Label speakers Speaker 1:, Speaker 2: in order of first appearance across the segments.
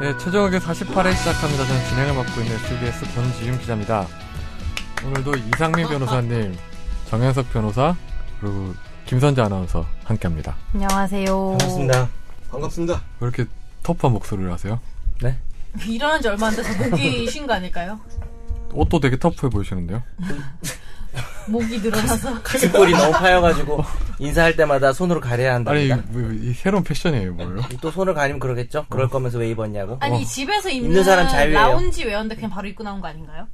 Speaker 1: 네, 최종 의견 48회 시작합니다. 저는 진행을 맡고 있는 SBS 권지윤 기자입니다. 오늘도 이상민 변호사님, 정현석 변호사, 그리고 김선재 아나운서 함께합니다.
Speaker 2: 안녕하세요.
Speaker 3: 반갑습니다. 반갑습니다.
Speaker 1: 왜 이렇게 터프한 목소리를 하세요?
Speaker 4: 일어난 지 얼마 안 돼서 목이 쉰 거 아닐까요?
Speaker 1: 옷도 되게 터프해 보이시는데요?
Speaker 4: 목이 늘어나서
Speaker 3: 가슴골이 너무 파여가지고 인사할 때마다 손으로 가려야
Speaker 1: 아니,
Speaker 3: 한답니다.
Speaker 1: 뭐, 이 새로운 패션이에요, 뭐예요?
Speaker 3: 또 손을 가리면 그러겠죠? 그럴 거면서 왜 입었냐고?
Speaker 4: 아니 집에서 입는,
Speaker 3: 입는 어, 사람 자유예요.
Speaker 4: 라운지 웨어인데 그냥 바로 입고 나온 거 아닌가요?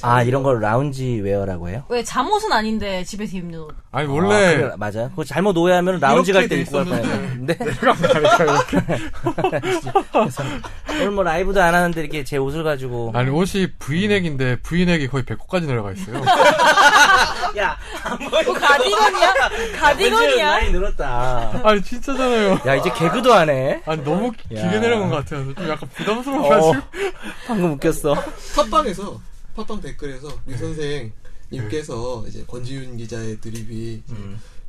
Speaker 3: 아 이런 걸 라운지 웨어라고 해요?
Speaker 4: 왜 잠옷은 아닌데 집에서 입는 옷?
Speaker 1: 아니,
Speaker 3: 아,
Speaker 1: 원래
Speaker 3: 그래, 맞아요. 그거 잘못 오해하면 라운지 갈 때
Speaker 5: 돼
Speaker 3: 입고 갈
Speaker 5: 있었는데.
Speaker 3: 뻔했어요. 네. 그래서 오늘 뭐 라이브도 안 하는데 이렇게 제 옷을 가지고
Speaker 1: 아니 옷이 브이넥인데 브이넥이 거의 배꼽까지 내려가 있어요.
Speaker 3: 야
Speaker 4: 뭐 가디건이야?
Speaker 3: 왠지
Speaker 4: 가디건이야?
Speaker 3: 많이 늘었다.
Speaker 1: 아니 진짜잖아요.
Speaker 3: 야 이제 개그도 안 해.
Speaker 1: 아니 너무 기-
Speaker 3: 야.
Speaker 1: 길게 내려간 것 같아요. 좀 약간
Speaker 3: 어,
Speaker 1: 부담스러워가지고.
Speaker 3: 방금 웃겼어.
Speaker 5: 팟빵에서 팟빵 댓글에서 류 선생님께서 이제 권지윤 기자의 드립이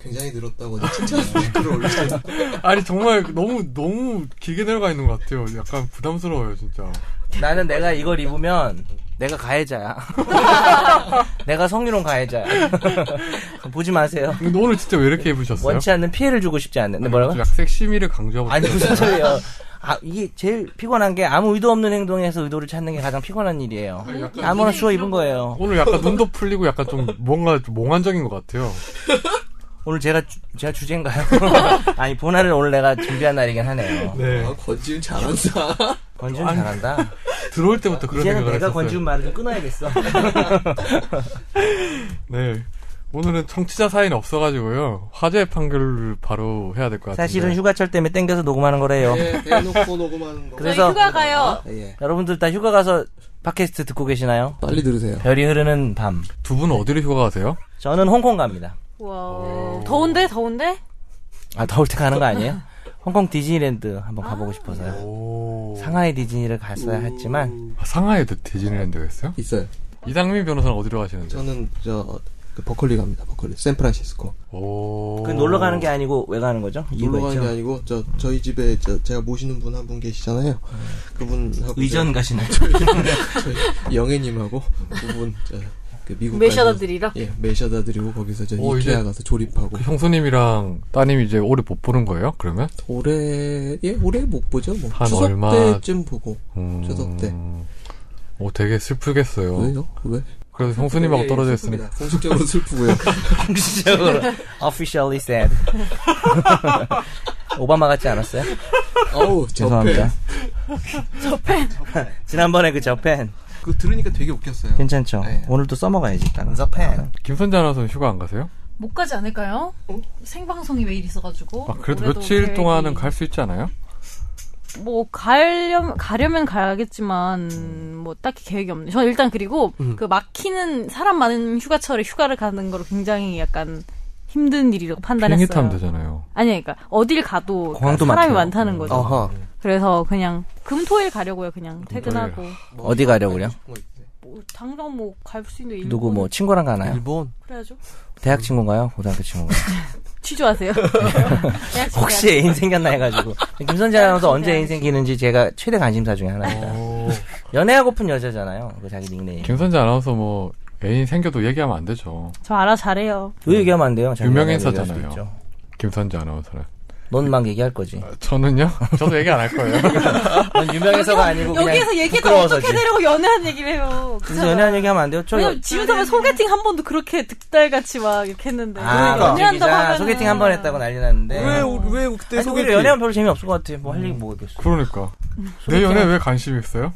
Speaker 5: 굉장히 늘었다고 이제 칭찬 댓글을 올리셨는데
Speaker 1: 아니 정말 너무 너무 길게 내려가 있는 것 같아요. 약간 부담스러워요 진짜.
Speaker 3: 나는 내가 이걸 입으면 내가 가해자야. 내가 성희롱 가해자야. 보지 마세요.
Speaker 1: 근데 오늘 진짜 왜 이렇게 입으셨어요?
Speaker 3: 원치 않는 피해를 주고 싶지 않는데 뭐라고?
Speaker 1: 좀 약간 섹시미를 강조하고
Speaker 3: 아니
Speaker 1: 싶어요.
Speaker 3: 무슨 소리예요? 아 이게 제일 피곤한 게 아무 의도 없는 행동에서 의도를 찾는 게 가장 피곤한 일이에요.
Speaker 1: 약간
Speaker 3: 아무나 주워 입은 거예요.
Speaker 1: 오늘 약간 눈도 풀리고 약간 좀 뭔가 좀 몽환적인 것 같아요.
Speaker 3: 오늘 제가 주, 제가 주제인가요? 아니 본화를 오늘 내가 준비한 날이긴 하네요.
Speaker 5: 아 권지윤 잘한다
Speaker 3: 권지훈 잘한다.
Speaker 1: 들어올 때부터 그런
Speaker 3: 이제는
Speaker 1: 생각을
Speaker 3: 내가
Speaker 1: 했었어요. 아,
Speaker 3: 권지훈 말을 좀 끊어야겠어.
Speaker 1: 네. 오늘은 청취자 사인 없어가지고요. 화재 판결을 바로 해야 될 것 같은데.
Speaker 3: 사실은 휴가철 때문에 땡겨서 녹음하는 거래요.
Speaker 5: 예, 대놓고 녹음하는 거
Speaker 3: 그래서-
Speaker 4: 저희
Speaker 3: 어?
Speaker 4: 휴가 가요.
Speaker 5: 예.
Speaker 3: 여러분들 다 휴가 가서 팟캐스트 듣고 계시나요?
Speaker 5: 빨리 들으세요
Speaker 3: 별이 흐르는 밤.
Speaker 1: 두 분은 어디로 휴가 가세요?
Speaker 3: 저는 홍콩 갑니다. 어.
Speaker 4: 와 더운데 더운데?
Speaker 3: 아 더울 때 가는 거 아니에요? 홍콩 디즈니랜드 한번 가보고 싶어서요.
Speaker 1: 오.
Speaker 3: 상하이 디즈니를 갔어야 했지만
Speaker 1: 아, 상하이에도 디즈니랜드가 있어요?
Speaker 5: 있어요
Speaker 1: 이상민 변호사는 어디로 가시는데? 요
Speaker 5: 저는 저그 버클리 갑니다 버클리 샌프란시스코
Speaker 1: 오.
Speaker 3: 그 놀러 가는 게 아니고 왜 가는 거죠?
Speaker 5: 놀러
Speaker 3: 이유가
Speaker 5: 가는
Speaker 3: 있죠.
Speaker 5: 게 아니고 저 저희 집에 저 제가 모시는 분 한 분 계시잖아요 그분하고
Speaker 6: 네.
Speaker 3: 의전 가시나요?
Speaker 5: 저- 저희 영애님하고 그분 저그 미국
Speaker 4: 메셔더들이라?
Speaker 5: 예 메셔다 드리고 거기서 저
Speaker 1: 오,
Speaker 5: 이케아
Speaker 1: 이제-
Speaker 5: 가서 조립하고
Speaker 1: 그 형수님이랑 따님이 이제 오래 못 보는 거예요? 그러면?
Speaker 5: 올해 예 올해 못 보죠 뭐
Speaker 1: 한
Speaker 5: 추석
Speaker 1: 얼마-
Speaker 5: 때쯤 보고
Speaker 1: 음.
Speaker 5: 추석 때
Speaker 1: 오, 되게 슬프겠어요.
Speaker 5: 네. 왜요 왜
Speaker 1: 그래서 형수님하고
Speaker 5: 예,
Speaker 6: 네,
Speaker 1: 떨어져
Speaker 5: 슬픕니다.
Speaker 1: 있으니까.
Speaker 5: 공식적으로 슬프고요
Speaker 3: 공식적으로 officially said. 오바마 같지 않았어요?
Speaker 5: 어우
Speaker 3: 죄송합니다.
Speaker 5: 저패
Speaker 3: 지난번에 그 저팬
Speaker 5: 그거 들으니까 되게 웃겼어요
Speaker 3: 괜찮죠?
Speaker 5: 네.
Speaker 3: 오늘도 써먹어야지. 저팬.
Speaker 1: 김선재 아나운서는 휴가 안 가세요?
Speaker 4: 못 가지 않을까요? 생방송이 매일 있어가지고.
Speaker 1: 아, 그래도
Speaker 4: 올해도
Speaker 1: 며칠
Speaker 4: 계획이-
Speaker 1: 동안은 갈 수 있지 않아요?
Speaker 4: 뭐 가려면 가려면 가야겠지만 뭐 딱히 계획이 없네. 저는 일단 그리고
Speaker 3: 음.
Speaker 4: 그 막히는 사람 많은 휴가철에 휴가를 가는 거로 굉장히 약간 힘든 일이라고
Speaker 1: 비행기
Speaker 4: 판단했어요.
Speaker 1: 타면 되잖아요.
Speaker 4: 아니 그러니까 어딜 가도
Speaker 3: 공항도
Speaker 4: 사람이
Speaker 3: 많죠.
Speaker 4: 많다는 거죠.
Speaker 3: 어허.
Speaker 4: 그래서 그냥 금토일 가려고요. 그냥
Speaker 1: 금토일.
Speaker 4: 퇴근하고
Speaker 3: 어디 가려고요?
Speaker 4: 뭐 당장 뭐 갈 수 있는 일본
Speaker 3: 누구 뭐 친구랑 가나요?
Speaker 5: 일본
Speaker 4: 그래야죠.
Speaker 3: 대학 친구인가요? 고등학교 친구인가요?
Speaker 4: 취조하세요. 대학 생활.
Speaker 3: 혹시 애인 생겼나 해가지고 김선재 아나운서 언제 애인 생기는지 제가 최대 관심사 중에 하나입니다. 연애하고픈 여자잖아요. 그 자기 닉네임.
Speaker 1: 김선재 아나운서 뭐 애인 생겨도 얘기하면 안 되죠.
Speaker 4: 저 알아 잘해요.
Speaker 3: 그 얘기하면 안 돼요. 자기
Speaker 1: 유명
Speaker 3: 연애 얘기할
Speaker 1: 인사잖아요.
Speaker 3: 수도 있죠.
Speaker 1: 김선재 아나운서는.
Speaker 3: 넌 막 얘기할 거지.
Speaker 1: 저는요? 저도 얘기 안 할 거예요.
Speaker 3: 아. 넌 유명해서가 아니고 그냥
Speaker 4: 여기에서 얘기도
Speaker 3: 부끄러워서지.
Speaker 4: 어떻게 되려고 연애한 얘기를 해요.
Speaker 3: 그래서 연애한 얘기하면 안 돼요. 저
Speaker 4: 왜냐면 지우섭의 소개팅 한 번도 그렇게 득달같이 막 이렇게 했는데
Speaker 3: 아, 그러니까.
Speaker 4: 연애한다고
Speaker 3: 기자
Speaker 4: 하면
Speaker 3: 소개팅 한 번 했다고 난리 났는데.
Speaker 5: 왜왜 그때
Speaker 3: 아니, 소개팅 연애하면 별로 재미없을 것 같아. 뭐 할 얘기 뭐겠어.
Speaker 1: 그러니까. 내 연애 왜 관심 있어요?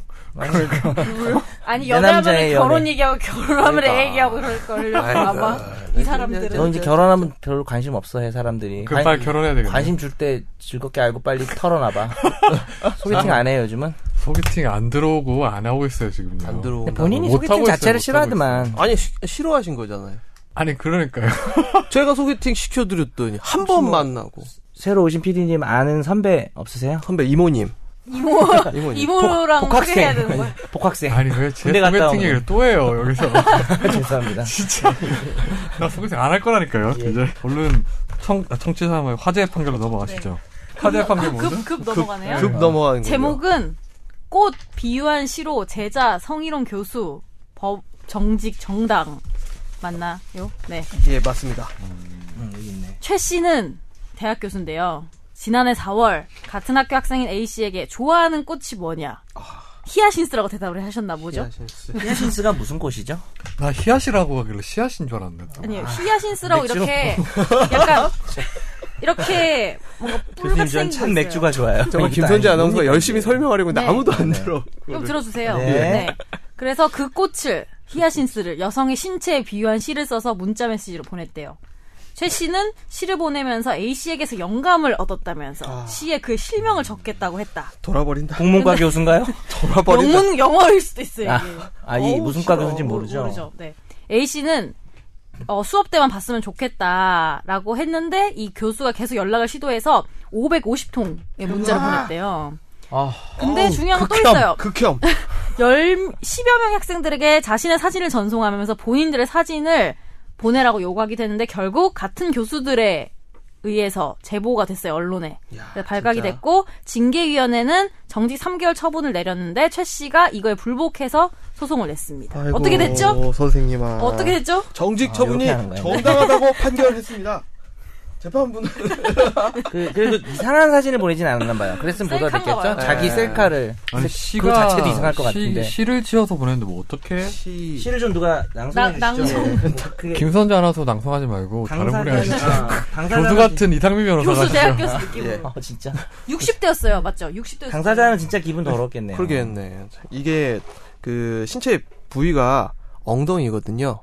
Speaker 4: 아니
Speaker 3: 내
Speaker 4: 연애하면
Speaker 3: 남자의
Speaker 4: 결혼
Speaker 3: 연애.
Speaker 4: 얘기하고 결혼하면
Speaker 3: 그러니까.
Speaker 4: 애 얘기하고 그럴 걸요 아마 이 사람들은
Speaker 3: 너 이제 결혼하면 별로 관심 없어 해 사람들이.
Speaker 1: 그럼 빨리 결혼해야 되겠네.
Speaker 3: 관심 줄 때 즐겁게 알고 빨리 털어놔봐. 소개팅 안 해요 요즘은.
Speaker 1: 소개팅 안 들어오고 안 하고 있어요, 지금요.
Speaker 6: 안 들어오고.
Speaker 3: 근데 본인이
Speaker 1: 못하고
Speaker 3: 소개팅
Speaker 1: 있어요,
Speaker 3: 자체를
Speaker 1: 못하고
Speaker 3: 싫어하더만.
Speaker 6: 아니 시- 싫어하신 거잖아요.
Speaker 1: 아니, 그러니까요.
Speaker 6: 제가 소개팅 시켜드렸더니
Speaker 4: 아,
Speaker 6: 한 번 만나고
Speaker 3: 새로 오신 PD님 아는 선배 없으세요?
Speaker 6: 선배 이모님.
Speaker 4: 이모
Speaker 6: 이모님.
Speaker 3: 아,
Speaker 4: 이모랑 소개해야 되는 거야.
Speaker 3: 복학생.
Speaker 1: 아니, 왜 제
Speaker 3: 네. 군대 갔다
Speaker 1: 소개팅
Speaker 3: 오는.
Speaker 1: 얘기를 또 해요, 여기서.
Speaker 3: 죄송합니다.
Speaker 1: 나 소개팅 안 할 거라니까요,
Speaker 3: 예.
Speaker 1: 이제. 얼른 청, 아, 청취자 삼아
Speaker 3: 아,
Speaker 1: 화재 판결로 넘어가시죠. 화재 판결 뭐죠?
Speaker 4: 급급 넘어가네요.
Speaker 6: 급 넘어가는 거.
Speaker 4: 제목은 꽃, 비유한 시로, 제자, 성희롱 교수, 법, 정직, 정당. 맞나요? 네.
Speaker 6: 예, 맞습니다.
Speaker 3: 음, 여기 있네.
Speaker 4: 최 씨는 대학 교수인데요. 지난해 4월 같은 학교 학생인 A 씨에게 좋아하는 꽃이 뭐냐? 히아신스라고 대답을 하셨나 보죠.
Speaker 6: 히아신스.
Speaker 3: 네. 히아신스가 무슨 꽃이죠?
Speaker 1: 네. 나 히앗이라고 하길래 씨앗인 줄 알았는데.
Speaker 4: 아니요 히아신스라고 이렇게 약간 이렇게 뭔가 뿔같이
Speaker 3: 교수님
Speaker 4: 생긴
Speaker 3: 전
Speaker 4: 거
Speaker 3: 참
Speaker 4: 있어요.
Speaker 3: 맥주가 좋아요.
Speaker 6: 정말 김선재 아나운서가 열심히 설명하려고
Speaker 4: 네.
Speaker 6: 했는데 아무도 안 들어.
Speaker 4: 좀 들어주세요.
Speaker 3: 네, 네.
Speaker 4: 네. 그래서 그 꽃을 히아신스를 여성의 신체에 비유한 시를 써서 문자 메시지로 보냈대요. 최 씨는 시를 보내면서 A 씨에게서 영감을
Speaker 3: 아.
Speaker 4: 얻었다면서 시에 그 실명을 적겠다고 했다.
Speaker 6: 돌아버린다.
Speaker 3: 국문과 교수인가요?
Speaker 6: 돌아버린다.
Speaker 4: 영문 영어일 수도 있어요.
Speaker 3: 아,
Speaker 4: 이게.
Speaker 3: 아, 이
Speaker 4: 어우,
Speaker 3: 무슨 과
Speaker 4: 싫어.
Speaker 3: 교수인지 모르죠.
Speaker 4: 네. A 씨는 어, 수업 때만 봤으면 좋겠다라고 했는데 이 교수가 계속 연락을 시도해서 550통의 문자를 보냈대요.
Speaker 6: 아,
Speaker 4: 근데 중요한 건또
Speaker 6: 극혐,
Speaker 4: 있어요.
Speaker 6: 극혐.
Speaker 4: 열 10여 명 학생들에게 자신의 사진을 전송하면서 본인들의 사진을 보내라고 요구하게 됐는데 결국 같은 교수들에 의해서 제보가 됐어요 언론에
Speaker 6: 야,
Speaker 4: 그래서 네, 발각이
Speaker 6: 아, 진짜.
Speaker 4: 됐고 징계위원회는 정직 3개월 처분을 내렸는데 최 씨가 이걸 불복해서 소송을 냈습니다.
Speaker 6: 아이고,
Speaker 4: 어떻게 됐죠?
Speaker 6: 선생님아.
Speaker 4: 어떻게 됐죠?
Speaker 6: 정직
Speaker 3: 아,
Speaker 6: 처분이
Speaker 3: 이렇게 하는 거예요.
Speaker 6: 정당하다고 판결했습니다. 재판부는
Speaker 3: 그, 그래도 이상한 사진을 보내진 않았나 봐요. 그랬으면 보다
Speaker 4: 셀카인가
Speaker 3: 됐겠죠?
Speaker 4: 봐요.
Speaker 3: 자기
Speaker 6: 네.
Speaker 3: 셀카를.
Speaker 1: 아니,
Speaker 3: 그거 자체도 이상할 것 같은데.
Speaker 1: 시, 시를 지어서 보냈는데 뭐 어떻게?
Speaker 6: 시.
Speaker 3: 시를 좀 누가 낭송해
Speaker 4: 나-
Speaker 3: 주시죠.
Speaker 4: 낭송.
Speaker 3: 네. 그게
Speaker 1: 김선재 아나운서 낭송하지 말고 다른 분이
Speaker 3: 강사가
Speaker 1: 하시죠.
Speaker 3: 강사가
Speaker 1: 교수 같은 이상민 변호사가
Speaker 4: 교수
Speaker 1: 하시죠.
Speaker 4: 대학 교수
Speaker 6: 예.
Speaker 4: 느낌으로
Speaker 3: 어, 진짜.
Speaker 4: 60대였어요, 맞죠? 60대였어요.
Speaker 3: 당사자는 진짜 기분 더럽겠네요.
Speaker 6: 그러겠네. 이게 그 신체 부위가 엉덩이거든요.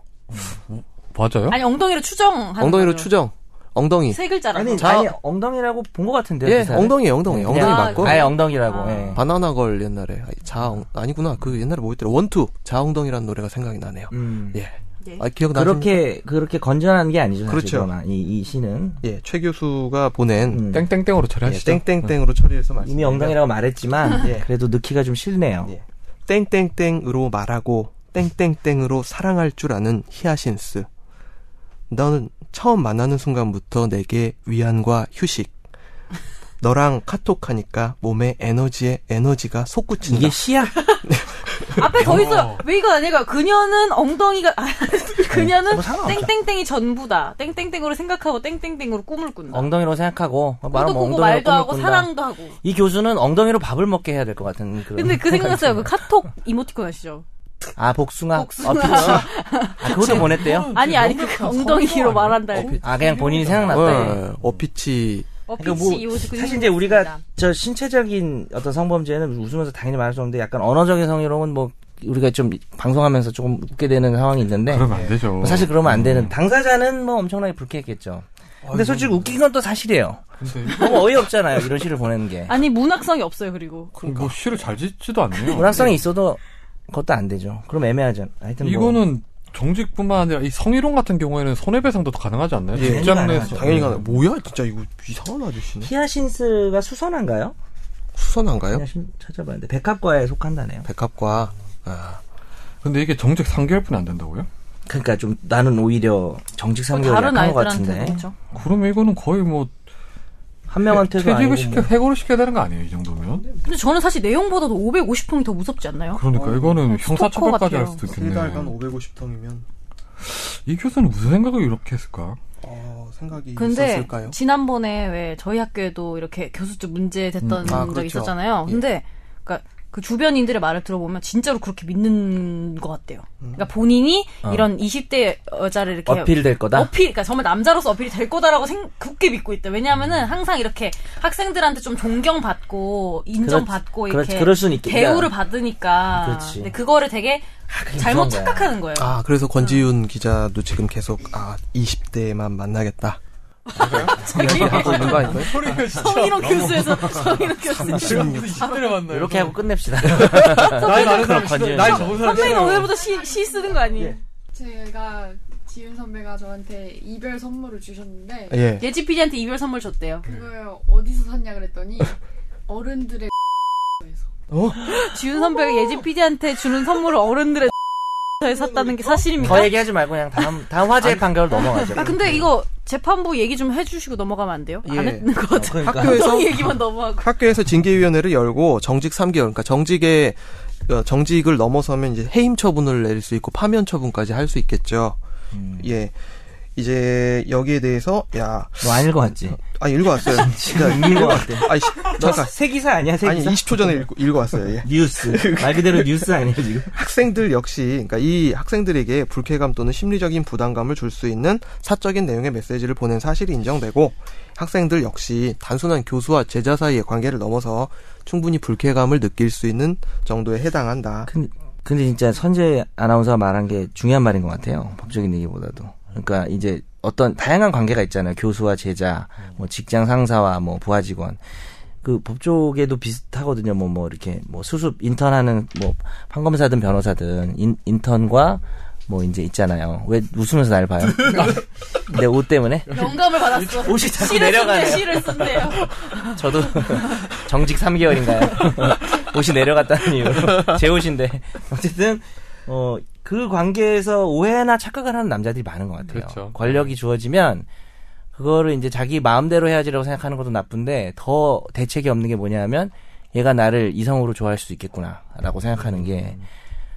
Speaker 1: 맞아요?
Speaker 4: 아니 엉덩이로 추정하는
Speaker 6: 엉덩이로
Speaker 4: 거죠.
Speaker 6: 추정. 엉덩이.
Speaker 4: 세 글자라.
Speaker 3: 아니,
Speaker 6: 자-
Speaker 3: 아니 엉덩이라고 본 것 같은데요.
Speaker 6: 예,
Speaker 3: 그 사람?
Speaker 6: 엉덩이,
Speaker 3: 네.
Speaker 6: 엉덩이, 엉덩이
Speaker 4: 아,
Speaker 6: 맞고.
Speaker 3: 아예 엉덩이라고.
Speaker 4: 아.
Speaker 3: 예.
Speaker 6: 바나나 걸 옛날에 아니, 자 엉- 아니구나 그 옛날에 뭐 있더라 원투 자 엉덩이라는 노래가 생각이 나네요.
Speaker 3: 음.
Speaker 6: 예.
Speaker 4: 네.
Speaker 6: 아 기억나.
Speaker 3: 그렇게 그렇게 건전한 게 아니죠.
Speaker 6: 그렇죠.
Speaker 3: 그렇죠. 이, 이 시는
Speaker 6: 예, 최 교수가 보낸
Speaker 3: 음.
Speaker 1: 땡땡땡으로
Speaker 6: 예,
Speaker 1: 처리하시죠.
Speaker 6: 땡땡땡으로 처리해서 말씀.
Speaker 3: 이미 엉덩이라고 말했지만
Speaker 6: 예.
Speaker 3: 그래도 넣기가 좀 싫네요.
Speaker 6: 예. 땡땡땡으로 말하고 땡땡땡으로 사랑할 줄 아는 히아신스. 너는 처음 만나는 순간부터 내게 위안과 휴식. 너랑 카톡하니까 몸에 에너지에 에너지가 솟구친다.
Speaker 3: 이게 시야?
Speaker 4: 앞에 더 있어요. 왜 이거 아니가 그녀는 엉덩이가 아, 그녀는
Speaker 3: 뭐 상관없죠.
Speaker 4: 땡땡땡이 전부다. 땡땡땡으로 생각하고 땡땡땡으로 꿈을 꾼다.
Speaker 3: 엉덩이로 생각하고
Speaker 4: 꿈도
Speaker 6: 뭐,
Speaker 3: 말하면
Speaker 4: 꾸고
Speaker 3: 엉덩이로
Speaker 4: 말도
Speaker 3: 꿈을
Speaker 4: 하고
Speaker 3: 꾼다.
Speaker 4: 사랑도 하고.
Speaker 3: 이 교수는 엉덩이로 밥을 먹게 해야 될 것 같은 그런.
Speaker 4: 근데 그 생각났어요. 그 카톡 이모티콘 아시죠?
Speaker 3: 아 복숭아.
Speaker 4: 복숭아.
Speaker 3: 어, 피치. 아, 어, 그것도 보냈대요.
Speaker 4: 아니 아니 그 엉덩이로 말한다. 이거.
Speaker 3: 아 그냥 본인이
Speaker 6: 어,
Speaker 3: 생각났다. 예.
Speaker 6: 어, 어피치
Speaker 4: 어피치
Speaker 3: 그러니까 뭐
Speaker 4: 이모티콘.
Speaker 3: 사실 이제 우리가 저 신체적인 어떤 성범죄는 웃으면서 당연히 말할 수 없는데 약간 언어적인 성희롱은 뭐 우리가 좀 방송하면서 조금 웃게 되는 상황이 있는데
Speaker 1: 그러면 안 되죠.
Speaker 3: 뭐 사실 그러면 안
Speaker 1: 음.
Speaker 3: 되는 당사자는 뭐 엄청나게 불쾌했겠죠. 근데 솔직히 웃긴 건 또 사실이에요.
Speaker 1: 근데
Speaker 3: 너무 어이없잖아요. 이런 시를 보내는 게.
Speaker 4: 아니 문학성이 없어요. 그리고
Speaker 3: 그러니까.
Speaker 1: 뭐 시를 잘 짓지도
Speaker 4: 아,
Speaker 1: 않네요.
Speaker 3: 문학성이 있어도 그것도 안 되죠. 그럼 애매하죠. 하여튼 뭐
Speaker 1: 이거는 정직뿐만 아니라 이 성희롱 같은 경우에는 손해배상도 가능하지 않나요?
Speaker 6: 예.
Speaker 1: 직장
Speaker 3: 당연히
Speaker 1: 내에서
Speaker 3: 가능하죠.
Speaker 6: 당연히 가나. 뭐야 진짜 이거 이상한 아저씨네.
Speaker 3: 히아신스가 수선한가요?
Speaker 1: 네?
Speaker 6: 수선한가요?
Speaker 3: 히아신 찾아봤는데 백합과에 속한다네요.
Speaker 6: 백합과 아,
Speaker 1: 근데 이게 정직 3개월뿐이 안 된다고요?
Speaker 3: 그러니까 좀 나는 오히려 정직 3개월
Speaker 4: 뭐 다른
Speaker 3: 약한 것
Speaker 4: 아이들한테
Speaker 3: 같은데
Speaker 4: 그렇죠.
Speaker 1: 그러면 이거는 거의 뭐
Speaker 3: 한 명한테도 아니고
Speaker 1: 네, 퇴직을
Speaker 3: 뭐.
Speaker 1: 시켜 해고를 시켜야 되는 거 아니에요? 이 정도면?
Speaker 4: 근데 저는 사실 내용보다도 550통이 더 무섭지 않나요?
Speaker 1: 그러니까 이거는 형사처벌까지
Speaker 4: 같아요.
Speaker 1: 할 수도 있겠네.
Speaker 6: 음. 550통이면
Speaker 1: 이 교수는 무슨 생각을 이렇게 했을까?
Speaker 6: 어, 생각이
Speaker 4: 근데 지난번에 왜 저희 학교에도 이렇게 교수증 문제 됐던
Speaker 6: 음, 아,
Speaker 4: 적이
Speaker 6: 그렇죠.
Speaker 4: 있었잖아요.
Speaker 6: 예.
Speaker 4: 근데 그러니까 그 주변인들의 말을 들어보면 진짜로 그렇게 믿는 것 같대요. 그러니까 본인이
Speaker 3: 음. 어.
Speaker 4: 이런 20대 여자를 이렇게
Speaker 3: 어필될 거다.
Speaker 4: 어필, 그러니까 정말 남자로서 어필이 될 거다라고 생, 굳게 믿고 있대. 왜냐하면은
Speaker 3: 음.
Speaker 4: 항상 이렇게 학생들한테 좀 존경받고 인정받고
Speaker 3: 그렇지,
Speaker 4: 이렇게
Speaker 3: 그럴 수는 있겠다.
Speaker 4: 대우를 받으니까.
Speaker 3: 그렇지. 아,
Speaker 4: 근데 그거를 되게 잘못
Speaker 3: 무서운 거야.
Speaker 4: 착각하는 거예요.
Speaker 6: 아 그래서 권지윤 기자도 지금 계속 아 20대만 만나겠다. 하고 있는 거 아닌가요?
Speaker 4: 성희롱 교수에서 성희롱 교수.
Speaker 1: 시대를 만나요.
Speaker 3: 이렇게 하고 끝냅시다.
Speaker 1: 나이 많은 사람
Speaker 3: 그런
Speaker 1: 싫어요. 나이
Speaker 3: 건지.
Speaker 1: 적은 사람
Speaker 4: 선배님
Speaker 1: 싫어요.
Speaker 4: 오늘부터 시, 시 쓰는 거
Speaker 3: 예.
Speaker 4: 아니에요?
Speaker 2: 제가 지윤 선배가 저한테 이별 선물을 주셨는데
Speaker 6: 예.
Speaker 4: 예지 PD한테 이별 선물 줬대요.
Speaker 2: 그걸 어디서 샀냐 그랬더니 어른들의 에서
Speaker 6: 어?
Speaker 4: 지윤 선배가 예지 PD한테 주는 선물을 어른들의 에 샀다는 게 사실입니까?
Speaker 3: 더 얘기하지 말고 그냥 다음 다음 화제의 판결 넘어가죠.
Speaker 4: 아 근데 이거 재판부 얘기 좀 해주시고 넘어가면 안 돼요? 안
Speaker 6: 예.
Speaker 4: 했는 것 같아요.
Speaker 3: 그러니까.
Speaker 6: 학교에서-
Speaker 4: 보통 얘기만 넘어가고.
Speaker 6: 학교에서 징계위원회를 열고 정직 3개월, 그러니까 정직에 어, 정직을 넘어서면 이제 해임 처분을 내릴 수 있고 파면 처분까지 할 수 있겠죠.
Speaker 3: 음.
Speaker 6: 예. 이제 여기에 대해서 야,
Speaker 3: 너안 읽어왔지?
Speaker 6: 아 읽어왔어요.
Speaker 3: 지금 읽어왔대.
Speaker 6: 아, 씨, 잠깐.
Speaker 3: 세 기사 아니야, 세
Speaker 6: 아니
Speaker 3: 기사?
Speaker 6: 20초 전에 읽고, 읽어왔어요. 예.
Speaker 3: 뉴스. 말 그대로 뉴스 아니에요, 지금?
Speaker 6: 학생들 역시 그러니까 이 학생들에게 불쾌감 또는 심리적인 부담감을 줄 수 있는 사적인 내용의 메시지를 보낸 사실이 인정되고 학생들 역시 단순한 교수와 제자 사이의 관계를 넘어서 충분히 불쾌감을 느낄 수 있는 정도에 해당한다.
Speaker 3: 근데, 근데 진짜 선재 아나운서가 말한 게 중요한 말인 것 같아요. 법적인 얘기보다도. 그러니까 이제 어떤 다양한 관계가 있잖아요. 교수와 제자, 뭐 직장 상사와 뭐 부하 직원. 그 법조계도 비슷하거든요. 뭐, 뭐, 이렇게, 뭐, 수습, 인턴하는, 뭐, 판검사든 변호사든, 인, 인턴과, 뭐, 이제 있잖아요. 왜 웃으면서 날 봐요? 내 옷 때문에?
Speaker 4: 영감을 받았어.
Speaker 3: 예. 옷이 뭐 자꾸
Speaker 4: 시를 쓴대,
Speaker 3: 내려가네.
Speaker 4: 시를 쓴대요. 아,
Speaker 3: 저도 정직 3개월인가요? 옷이 내려갔다는 이유로 제 옷인데 어쨌든 어 그 관계에서 오해나 착각을 하는 남자들이 많은 것 같아요.
Speaker 1: 그렇죠.
Speaker 3: 권력이 주어지면 그거를 이제 자기 마음대로 해야지라고 생각하는 것도 나쁜데 더 대책이 없는 게 뭐냐면 얘가 나를 이성으로 좋아할 수도 있겠구나라고 생각하는 게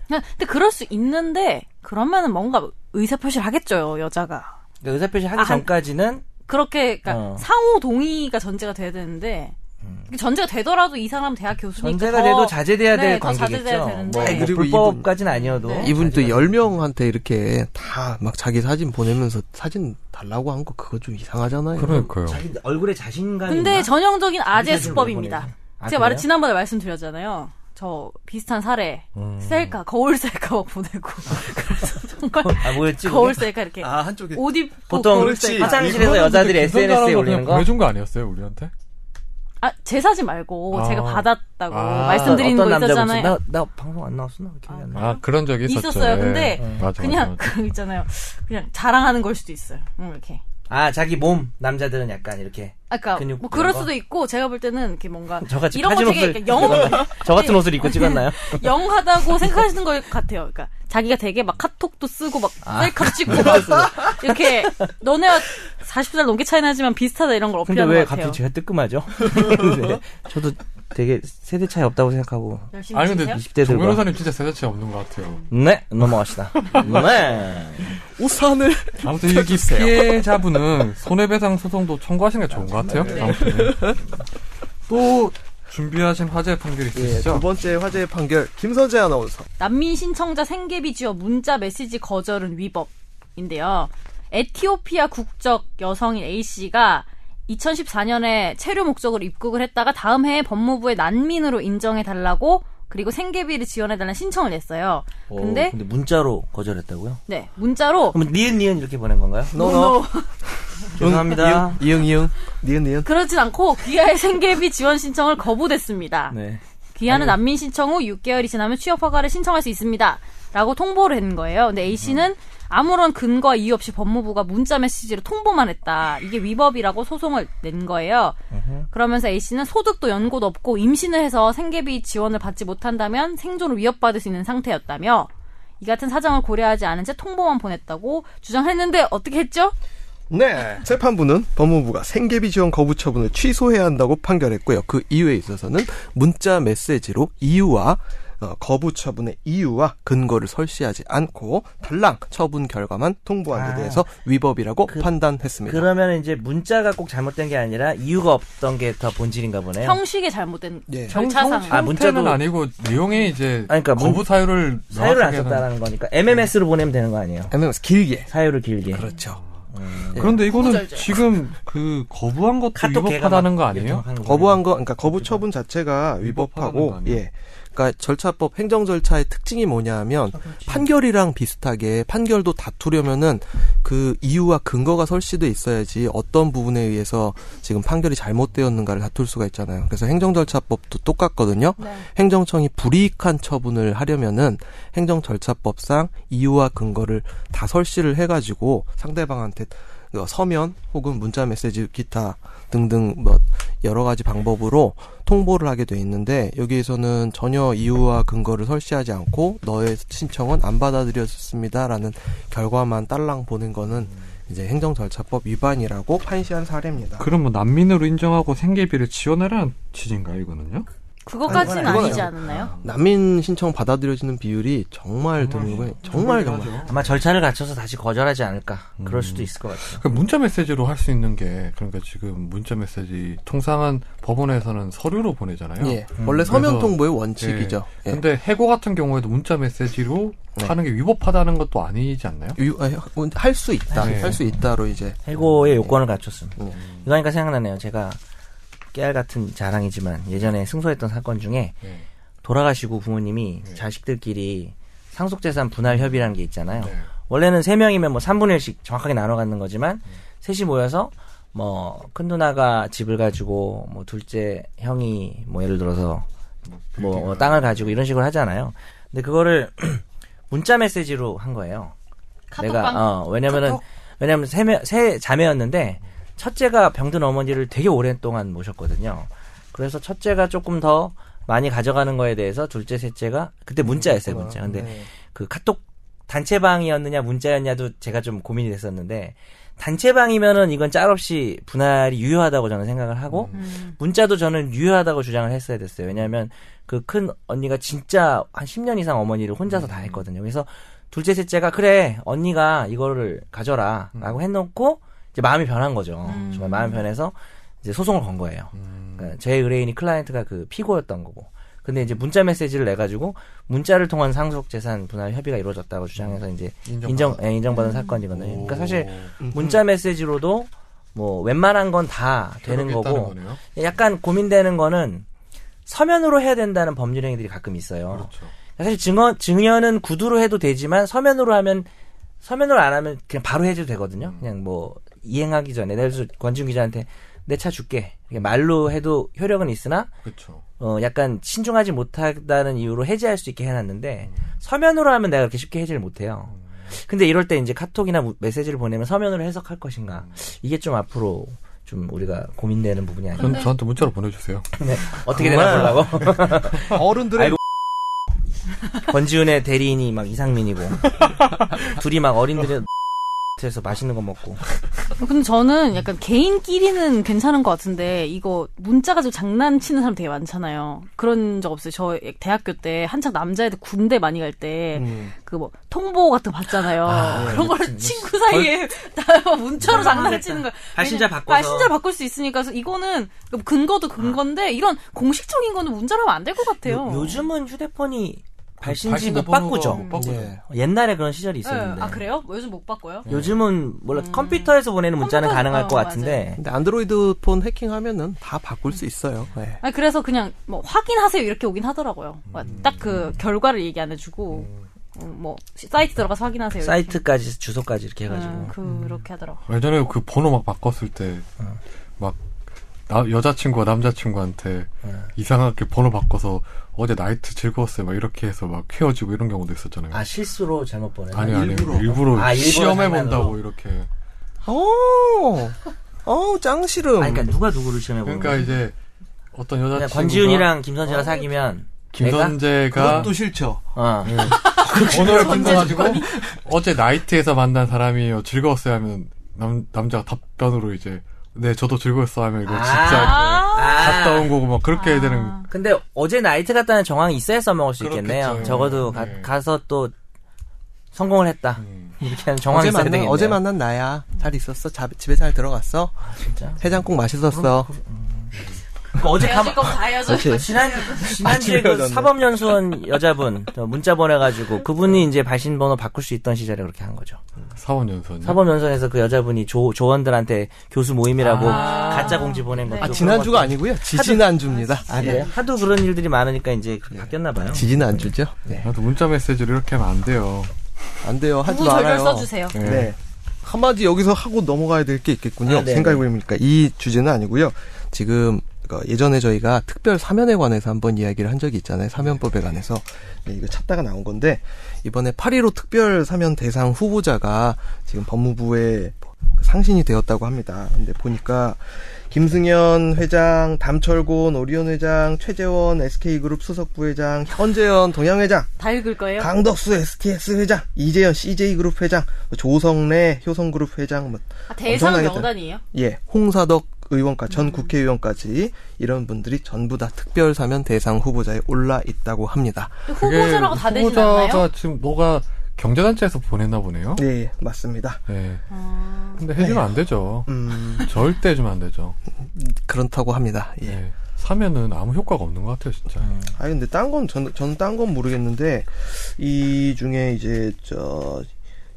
Speaker 4: 근데 그럴 수 있는데 그러면은 뭔가 의사 표시를 하겠죠 여자가.
Speaker 3: 그러니까 의사표시 하기
Speaker 4: 아, 한-
Speaker 3: 전까지는
Speaker 4: 그렇게 그러니까
Speaker 3: 어. 음.
Speaker 4: 상호 동의가 전제가 돼야 되는데 전제가 되더라도 이 사람 대학 교수니까
Speaker 3: 전제가
Speaker 4: 더-
Speaker 3: 돼도 자제돼야 될
Speaker 4: 네, 더 자제돼야
Speaker 3: 관계겠죠.
Speaker 4: 되는데.
Speaker 3: 뭐,
Speaker 4: 아니,
Speaker 3: 뭐
Speaker 6: 그리고
Speaker 3: 불법까지는 아니어도
Speaker 4: 네.
Speaker 6: 이분이 또
Speaker 3: 자제가-
Speaker 6: 10명한테 이렇게 다 막 자기 사진 보내면서 사진 달라고 한 거 그거 좀 이상하잖아요.
Speaker 1: 그러니까요.
Speaker 3: 자기 얼굴에 자신감이
Speaker 4: 근데
Speaker 3: 있나?
Speaker 4: 전형적인 아재
Speaker 3: 의사표시를
Speaker 4: 수법입니다.
Speaker 3: 보내고. 아,
Speaker 4: 제가 말
Speaker 3: 그래요?
Speaker 4: 지난번에 말씀드렸잖아요. 저 비슷한 사례
Speaker 3: 음.
Speaker 4: 셀카 거울 셀카 막 보내고 그래서 정말
Speaker 3: 아 뭐였지? 그게?
Speaker 4: 거울 셀카 이렇게
Speaker 6: 아 한쪽에
Speaker 4: 옷 입고
Speaker 3: 보통
Speaker 4: 거울 셀카
Speaker 3: 화장실에서 여자들이 SNS에 올리는 거?
Speaker 1: 보내준 거 아니었어요 우리한테?
Speaker 4: 아, 제 사진 말고
Speaker 1: 아.
Speaker 4: 제가 받았다고
Speaker 1: 아.
Speaker 4: 말씀드리는
Speaker 3: 어떤
Speaker 4: 거
Speaker 3: 남자분이
Speaker 4: 있었잖아요.
Speaker 3: 나, 나 방송 안 나왔었나? 기억이 안 나.
Speaker 1: 아 그런 적이 있었죠.
Speaker 4: 있었어요.
Speaker 1: 예.
Speaker 4: 근데
Speaker 1: 맞아, 맞아,
Speaker 4: 그냥
Speaker 1: 맞아.
Speaker 4: 그 있잖아요. 그냥 자랑하는 걸 수도 있어요. 음, 이렇게.
Speaker 3: 아 자기 몸 남자들은 약간 이렇게
Speaker 4: 아까
Speaker 3: 근육
Speaker 4: 뭐 그럴
Speaker 3: 이런 거?
Speaker 4: 수도 있고 제가 볼 때는 이렇게 뭔가
Speaker 3: 저같이
Speaker 4: 이런 거
Speaker 3: 빠진
Speaker 4: 되게
Speaker 3: 옷을
Speaker 4: 영
Speaker 3: 저 같은 옷을 입고 찍었나요?
Speaker 4: 영하다고 생각하시는 것 같아요. 그러니까 자기가 되게 막 카톡도 쓰고 막 셀카 찍고 막 이렇게 너네와 40살 넘게 차이 나지만 비슷하다 이런 걸
Speaker 3: 근데
Speaker 4: 어필하는
Speaker 3: 왜
Speaker 4: 것 같아요.
Speaker 3: 갑자기 제가 뜨끔하죠? 네. 저도 되게 세대 차이 없다고 생각하고
Speaker 4: 열심히
Speaker 1: 아니
Speaker 4: 치세요?
Speaker 1: 근데
Speaker 3: 20대들과
Speaker 1: 정 변호사님 진짜 세대차 없는 것 같아요.
Speaker 3: 네 넘어갑시다. 네.
Speaker 6: 우산을
Speaker 1: 아무튼 여기 피해자분은 손해배상 소송도 청구하시는 게 좋은 것 같아요. 아무튼 또 준비하신 화재 판결
Speaker 6: 예,
Speaker 1: 있으시죠?
Speaker 6: 두 번째 화제의 판결 김선재 아나운서.
Speaker 4: 난민 신청자 생계비 지원 문자 메시지 거절은 위법인데요. 에티오피아 국적 여성인 A 씨가 2014년에 체류 목적으로 입국을 했다가 다음 해에 법무부에 난민으로 인정해 달라고 그리고 생계비를 지원해 달라는 신청을 냈어요.
Speaker 3: 오,
Speaker 4: 근데
Speaker 3: 근데 문자로 거절했다고요?
Speaker 4: 네 문자로
Speaker 3: 그럼 니은 니은 이렇게 보낸 건가요?
Speaker 6: 노노.
Speaker 3: 죄송합니다.
Speaker 6: 이응 이응. 니은 니은.
Speaker 4: 그렇진 않고 귀하의 생계비 지원 신청을 거부됐습니다.
Speaker 3: 네.
Speaker 4: 귀하는 난민 신청 후 6개월이 지나면 취업 허가를 신청할 수 있습니다. 라고 통보를 한 거예요. 근데 A
Speaker 6: 음.
Speaker 4: 씨는 아무런 근거와 이유 없이 법무부가 문자 메시지로 통보만 했다. 이게 위법이라고 소송을 낸 거예요. 그러면서 A 씨는 소득도 연고도 없고 임신을 해서 생계비 지원을 받지 못한다면 생존을 위협받을 수 있는 상태였다며 이 같은 사정을 고려하지 않은 채 통보만 보냈다고 주장했는데 어떻게 했죠?
Speaker 6: 네. 재판부는 법무부가 생계비 지원 거부 처분을 취소해야 한다고 판결했고요. 그 이유에 있어서는 문자 메시지로 이유와 어, 거부 처분의 이유와 근거를 설시하지 않고 달랑 처분 결과만 통보한 데
Speaker 3: 아.
Speaker 6: 대해서 위법이라고 판단했습니다.
Speaker 3: 그러면 이제 문자가 꼭 잘못된 게 아니라 이유가 없던 게 더 본질인가 보네요.
Speaker 4: 형식의 잘못된
Speaker 6: 예.
Speaker 4: 절차상
Speaker 3: 아, 문자도-
Speaker 1: 문자는 아니고 내용에 이제
Speaker 3: 아니, 그러니까 문-
Speaker 1: 거부 사유를
Speaker 3: 사유를 안
Speaker 1: 명확하게
Speaker 3: 썼다라는 거니까 MMS로 보내면 되는 거 아니에요?
Speaker 6: MMS 음, 길게.
Speaker 3: 사유를 길게.
Speaker 6: 그렇죠.
Speaker 1: 하는- 그런데 이거는
Speaker 2: 거절죄.
Speaker 1: 지금 그 거부한 것도
Speaker 3: 걔가 막
Speaker 1: 위법하다는 거 아니에요?
Speaker 3: 요청하는 거예요.
Speaker 6: 거부한 거, 그러니까 거부 처분 자체가 위법하고,
Speaker 1: 위법하다는 거 아니에요?
Speaker 6: 예. 그러니까 절차법 행정 절차의 특징이 뭐냐면 판결이랑 비슷하게 판결도 다투려면은 그 이유와 근거가 설치돼 있어야지 어떤 부분에 의해서 지금 판결이 잘못되었는가를 다툴 수가 있잖아요. 그래서 행정 절차법도 똑같거든요.
Speaker 2: 네.
Speaker 6: 행정청이 불이익한 처분을 하려면은 행정 절차법상 이유와 근거를 다 설치를 해가지고 상대방한테 어, 서면 혹은 문자 메시지 기타 등등 뭐 여러 가지 방법으로 통보를 하게 돼 있는데 여기에서는 전혀 이유와 근거를 설치하지 않고 너의 신청은 안 받아들여졌습니다라는 결과만 딸랑 보낸 거는 이제 행정 절차법 위반이라고 판시한 사례입니다.
Speaker 1: 그럼 뭐 난민으로 인정하고 생계비를 지원하라는 취지인가요, 이거는요?
Speaker 4: 그것까지는
Speaker 6: 아니, 그건
Speaker 4: 아니지
Speaker 6: 아니고.
Speaker 4: 않았나요?
Speaker 6: 난민 신청 받아들여지는 비율이 정말 드물고 정말
Speaker 1: 드물긴
Speaker 6: 정말
Speaker 1: 하죠.
Speaker 3: 아마 절차를 갖춰서 다시 거절하지 않을까 그럴 수도 있을 것 같아요.
Speaker 1: 그 문자 메시지로 할 수 있는 게 그러니까 지금 문자 메시지 통상은 법원에서는 서류로 보내잖아요.
Speaker 6: 예. 원래 서면 통보의 원칙이죠.
Speaker 1: 예.
Speaker 6: 예.
Speaker 1: 근데 해고 같은 경우에도 문자 메시지로
Speaker 6: 네.
Speaker 1: 하는 게 위법하다는 것도 아니지 않나요?
Speaker 6: 할 수 있다.
Speaker 1: 네.
Speaker 6: 할 수 있다로 이제
Speaker 3: 해고의 요건을 갖췄습니다.
Speaker 6: 음.
Speaker 3: 이거니까 생각나네요. 제가 깨알 같은 자랑이지만 예전에 승소했던 사건 중에
Speaker 1: 네.
Speaker 3: 돌아가시고 부모님이 자식들끼리 상속재산 분할 협의라는 게 있잖아요.
Speaker 1: 네.
Speaker 3: 원래는 세명이면뭐 3분의 1씩 정확하게 나눠 갖는 거지만
Speaker 1: 네.
Speaker 3: 셋이 모여서 뭐 큰 누나가 집을 가지고 뭐 둘째 형이 뭐 예를 들어서 뭐
Speaker 1: 빌딩을
Speaker 3: 땅을 가지고 이런 식으로 하잖아요. 근데 그거를 문자 메시지로 한 거예요.
Speaker 4: 카톡방
Speaker 3: 어, 왜냐면은 왜냐면 세, 명- 세 자매였는데 첫째가 병든 어머니를 되게 오랫동안 모셨거든요. 그래서 첫째가 조금 더 많이 가져가는 거에 대해서 둘째, 셋째가 그때 문자였어요, 문자. 네 근데
Speaker 6: 네.
Speaker 4: 네.
Speaker 3: 그 카톡 단체방이었느냐 문자였냐도 제가 좀 고민이 됐었는데 단체방이면은 이건 짤없이 분할이 유효하다고 저는 생각을 하고
Speaker 4: 음.
Speaker 3: 문자도 저는 유효하다고 주장을 했어야 됐어요. 왜냐하면 그 큰 언니가 진짜 한 10년 이상 어머니를 혼자서 다 했거든요. 그래서 둘째 셋째가 그래 언니가 이거를 가져라라고 해놓고 이제 마음이 변한 거죠.
Speaker 4: 음.
Speaker 3: 정말 마음이 변해서 이제 소송을 건 거예요.
Speaker 1: 음,
Speaker 3: 그러니까 제 의뢰인이 클라이언트가 그 피고였던 거고. 근데 이제 문자 메시지를 내 가지고 문자를 통한 상속 재산 분할 협의가 이루어졌다고 주장해서 이제
Speaker 1: 인정.
Speaker 3: 인정 예, 인정받은 사건이거든요. 그러니까 사실 문자 메시지로도 뭐 웬만한 건 다 되는 거고
Speaker 1: 거네요.
Speaker 3: 약간 고민되는 거는 서면으로 해야 된다는 법률 행위들이 가끔 있어요.
Speaker 1: 그렇죠.
Speaker 3: 사실 증언 증언은 구두로 해도 되지만 서면으로 하면 서면으로 안 하면 그냥 바로 해도
Speaker 1: 음.
Speaker 3: 되거든요. 그냥 뭐 이행하기 전에 예를 들어서 권지훈 기자한테 내 차 줄게 이렇게 말로 해도 효력은 있으나
Speaker 1: 그렇죠.
Speaker 3: 어 약간 신중하지 못하다는 이유로 해제할 수 있게 해놨는데
Speaker 1: 음.
Speaker 3: 서면으로 하면 내가 그렇게 쉽게 해제를 못해요. 근데 이럴 때 이제 카톡이나 무- 메시지를 보내면 서면으로 해석할
Speaker 1: 음.
Speaker 3: 것인가 이게 좀 앞으로 좀 우리가 고민되는 부분이 아닌가.
Speaker 1: 전 저한테 문자로 보내주세요.
Speaker 3: 네. 어떻게 되나 보려고.
Speaker 6: 어른들의
Speaker 3: 아이고. 권지훈의 대리인이 막 이상민이고 둘이 막 어린들이 에서 맛있는 거 먹고
Speaker 4: 근데 저는 약간 개인끼리는 괜찮은 것 같은데 이거 문자 가지고 장난치는 사람 되게 많잖아요. 그런 적 없어요. 저 대학교 때 한창 남자애들 군대 많이 갈 때 그 뭐
Speaker 3: 음.
Speaker 4: 통보 같은 거 받잖아요.
Speaker 3: 예,
Speaker 4: 그런 거를
Speaker 3: 그렇죠,
Speaker 4: 친구 사이에 다 문자로 장난치는 거예요.
Speaker 3: 발신자
Speaker 4: 왜냐-
Speaker 3: 바꿔서. 아.
Speaker 4: 발신자 바꿀 수 있으니까 그래서 이거는 근거도 근건데 이런 공식적인 거는 문자로 하면 안 될 것 같아요.
Speaker 3: 요, 즘은 휴대폰이 발신지
Speaker 1: 발신자
Speaker 3: 못
Speaker 1: 번호가
Speaker 3: 바꾸죠
Speaker 1: 못 바꾸죠.
Speaker 6: 예.
Speaker 3: 옛날에 그런 시절이
Speaker 4: 예,
Speaker 3: 있었는데
Speaker 4: 아 그래요? 요즘 못 바꿔요?
Speaker 3: 요즘은 몰라 컴퓨터에서 보내는 문자는
Speaker 4: 컴퓨터-
Speaker 3: 가능할
Speaker 4: 어,
Speaker 3: 것 같은데
Speaker 6: 근데 안드로이드 폰 해킹하면은 다 바꿀 수 있어요. 예.
Speaker 4: 아니 그래서 그냥 뭐 확인하세요 이렇게 오긴 하더라고요. 딱 그 결과를 얘기 안 해주고 음, 뭐 시- 사이트 들어가서 확인하세요.
Speaker 3: 네, 사이트까지 주소까지 이렇게
Speaker 4: 이렇게.
Speaker 3: 해가지고
Speaker 4: 음, 그렇게 하더라고.
Speaker 1: 예전에 그 번호 막 바꿨을 때
Speaker 3: 어.
Speaker 1: 막 여자친구와 남자친구한테
Speaker 3: 예.
Speaker 1: 이상하게 번호 바꿔서 어제 나이트 즐거웠어요 막 이렇게 해서 막 헤어지고 이런 경우도 있었잖아요.
Speaker 3: 아 실수로 잘못 보내는
Speaker 1: 아니 아니
Speaker 5: 일부러.
Speaker 1: 일부러, 일부러
Speaker 3: 아, 일부러
Speaker 1: 시험해
Speaker 3: 장난으로.
Speaker 1: 본다고 이렇게.
Speaker 6: 오, 어, 짱 싫음.
Speaker 3: 아니, 그러니까 누가 누구를 시험해 보는
Speaker 1: 그러니까
Speaker 3: 거야
Speaker 1: 이제 어떤 여자
Speaker 3: 그냥
Speaker 1: 친구가
Speaker 3: 권지훈이랑 김선재가
Speaker 4: 어.
Speaker 3: 사귀면 내가
Speaker 1: 김선재가
Speaker 5: 그것도 싫죠.
Speaker 1: 아.
Speaker 3: 어.
Speaker 1: 번호를 바꿔가지고 어제 나이트에서 만난 사람이에요. 즐거웠어요 하면 남 남자가 답변으로 이제 네 저도 즐거웠어 하면 이거
Speaker 3: 아.
Speaker 1: 진짜
Speaker 3: 아.
Speaker 1: 갔다 온 거고 막 그렇게 해야 되는
Speaker 4: 아.
Speaker 3: 근데 어제 나이트 갔다는 정황이 있어야 써먹을 수 있겠네요.
Speaker 1: 그렇겠죠.
Speaker 3: 적어도 가,
Speaker 1: 네.
Speaker 3: 가서 또 성공을 했다. 이렇게 하는 정황이
Speaker 6: 어제
Speaker 3: 있어야
Speaker 6: 만난
Speaker 3: 되겠네요.
Speaker 6: 어제 만난 나야. 잘 있었어. 자- 집에 잘 들어갔어.
Speaker 3: 아, 진짜.
Speaker 6: 해장국 맛있었어.
Speaker 3: 그러니까 어제 가만
Speaker 4: 거다 해야죠.
Speaker 3: 네. 지난 지난주에 그 사법연수원 여자분 저 문자 보내가지고 그분이 이제 발신번호 바꿀 수 있던 시절에 그렇게 한 거죠.
Speaker 1: 사원 연수원.
Speaker 3: 사법연수원에서 그 여자분이 조 조원들한테 교수 모임이라고 가짜 공지 보낸 것도
Speaker 6: 아, 지난주가 아니고요. 지지난주입니다. 아,
Speaker 3: 예, 하도 그런 일들이 많으니까 이제 그렇게 바뀌었나 봐요.
Speaker 6: 지지난주죠? 네.
Speaker 1: 나도 문자 메시지로 이렇게 하면 안 돼요.
Speaker 6: 안 돼요. 하지
Speaker 4: 구구 절별
Speaker 6: 말아요.
Speaker 4: 써주세요.
Speaker 1: 네.
Speaker 6: 네. 한마디 여기서 하고 넘어가야 될 게 있겠군요.
Speaker 3: 아, 네,
Speaker 6: 생각해보니까 이 주제는 아니고요. 지금 그 예전에 저희가 특별 사면에 관해서 한번 이야기를 한 적이 있잖아요. 사면법에 관해서 네, 이거 찾다가 나온 건데 이번에 8.15 특별 사면 대상 후보자가 지금 법무부의 그 상신이 되었다고 합니다. 근데 보니까 김승현 회장, 담철곤 오리온 회장, 최재원 SK그룹 수석 부회장, 현재현 동양 회장,
Speaker 4: 다 읽을 거예요?
Speaker 6: 강덕수 STS 회장, 이재현 CJ그룹 회장, 뭐 조성래 효성그룹 회장, 뭐
Speaker 4: 아, 대상
Speaker 6: 엄청나겠다.
Speaker 4: 명단이에요?
Speaker 6: 예, 홍사덕 의원까지 전 국회의원까지 이런 분들이 전부 다 특별 사면 대상 후보자에 올라 있다고 합니다.
Speaker 1: 그게
Speaker 4: 후보자라고 다 되진 않나요?
Speaker 1: 후보자가 지금 너가 경제단체에서 보냈나 보네요.
Speaker 6: 네, 맞습니다.
Speaker 1: 네.
Speaker 4: 아,
Speaker 1: 근데 해주면 안 되죠.
Speaker 6: 음,
Speaker 1: 절대 해주면 안 되죠.
Speaker 6: 그렇다고 합니다. 예.
Speaker 1: 네. 사면은 아무 효과가 없는 것 같아요, 진짜.
Speaker 6: 아 근데 딴 건 전 저는 딴 건 모르겠는데 이 중에 이제 저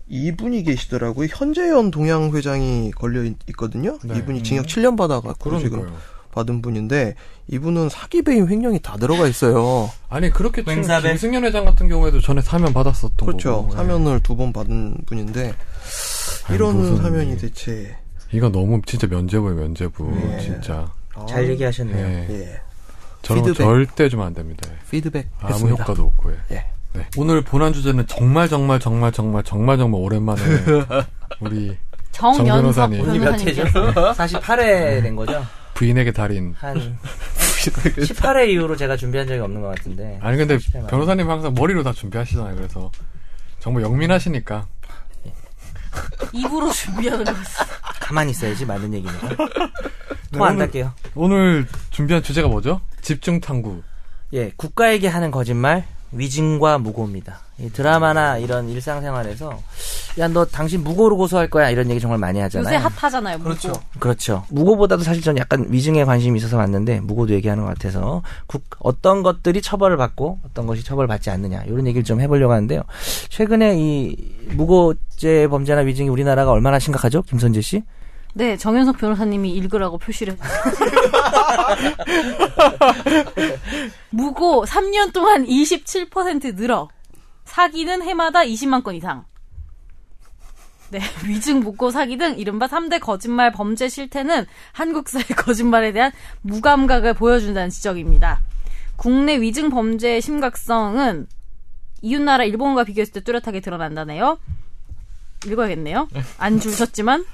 Speaker 6: 이분이 계시더라고요. 현재현 동양 회장이 걸려 있, 거든요
Speaker 1: 네.
Speaker 6: 이분이 징역 7년 받아갖고
Speaker 1: 그런
Speaker 6: 지금
Speaker 1: 거예요.
Speaker 6: 받은 분인데 이분은 사기 배임 횡령이 다 들어가 있어요.
Speaker 1: 아니 그렇게 치면
Speaker 3: 횡사배?
Speaker 1: 김승현 회장 같은 경우에도 전에 사면 받았었던
Speaker 6: 그렇죠.
Speaker 1: 거고. 예.
Speaker 6: 사면을 두 번 받은 분인데
Speaker 1: 아니,
Speaker 6: 이런
Speaker 1: 무슨
Speaker 6: 사면이
Speaker 1: 일이.
Speaker 6: 대체
Speaker 1: 이거 너무 진짜 면제부예요, 면제부.
Speaker 6: 네.
Speaker 1: 진짜.
Speaker 6: 아,
Speaker 3: 잘 얘기하셨네요.
Speaker 1: 예.
Speaker 6: 예.
Speaker 1: 저런 거
Speaker 6: 피드백.
Speaker 1: 절대 주면 안 됩니다. 예.
Speaker 6: 피드백
Speaker 1: 아무
Speaker 6: 했습니다.
Speaker 1: 효과도 없고. 예.
Speaker 6: 예.
Speaker 1: 네. 오늘 본안 주제는 정말 정말 정말 정말 정말 정말 오랜만에 우리
Speaker 4: 정연석
Speaker 1: 변호사님.
Speaker 3: 분이 몇 회죠?
Speaker 4: 변호사님.
Speaker 3: 48회 된 거죠?
Speaker 1: 부인에게 달인.
Speaker 3: 한 18회 이후로 제가 준비한 적이 없는 것 같은데.
Speaker 1: 아니 근데
Speaker 3: 쉽게 말하면.
Speaker 1: 변호사님 항상 머리로 다 준비하시잖아요. 그래서 정말 영민하시니까.
Speaker 4: 입으로 준비하는 거였어.
Speaker 3: 가만히 있어야지 맞는 얘기니까.
Speaker 1: 네,
Speaker 3: 통화 안
Speaker 1: 오늘-
Speaker 3: 할게요.
Speaker 1: 오늘 준비한 주제가 뭐죠? 집중 탐구.
Speaker 3: 예, 국가에게 하는 거짓말, 위증과 무고입니다. 이 드라마나 이런 일상생활에서 야 너 당신 무고로 고소할 거야 이런 얘기 정말 많이 하잖아요.
Speaker 4: 요새 핫하잖아요. 그렇죠.
Speaker 3: 그렇죠. 무고보다도 사실 저는 약간 위증에 관심이 있어서 왔는데 무고도 얘기하는 것 같아서 국- 어떤 것들이 처벌을 받고 어떤 것이 처벌받지 않느냐 이런 얘기를 좀 해보려고 하는데요. 최근에 이 무고죄 범죄나 위증이 우리나라가 얼마나 심각하죠, 김선재 씨?
Speaker 4: 네, 정연석 변호사님이 읽으라고 표시를 해주셨어요. 무고 3년 동안 27% 늘어. 사기는 해마다 20만 건 이상. 네, 위증, 무고, 사기 등 이른바 3대 거짓말 범죄 실태는 한국 사회 거짓말에 대한 무감각을 보여준다는 지적입니다. 국내 위증 범죄의 심각성은 이웃나라 일본과 비교했을 때 뚜렷하게 드러난다네요. 읽어야겠네요. 안 줄셨지만.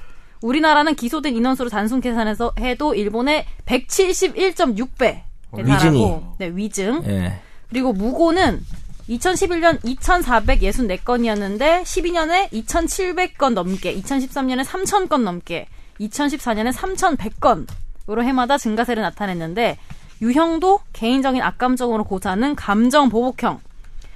Speaker 4: 우리나라는 기소된 인원수로 단순 계산해서 해도 일본의 171.6배.
Speaker 3: 위증이.
Speaker 4: 네, 위증.
Speaker 3: 예.
Speaker 4: 그리고 무고는 2011년 2,464건이었는데 12년에 2,700건 넘게, 2013년에 3,000건 넘게, 2014년에 3,100건으로 해마다 증가세를 나타냈는데 유형도 개인적인 악감정으로 고사하는 감정 보복형,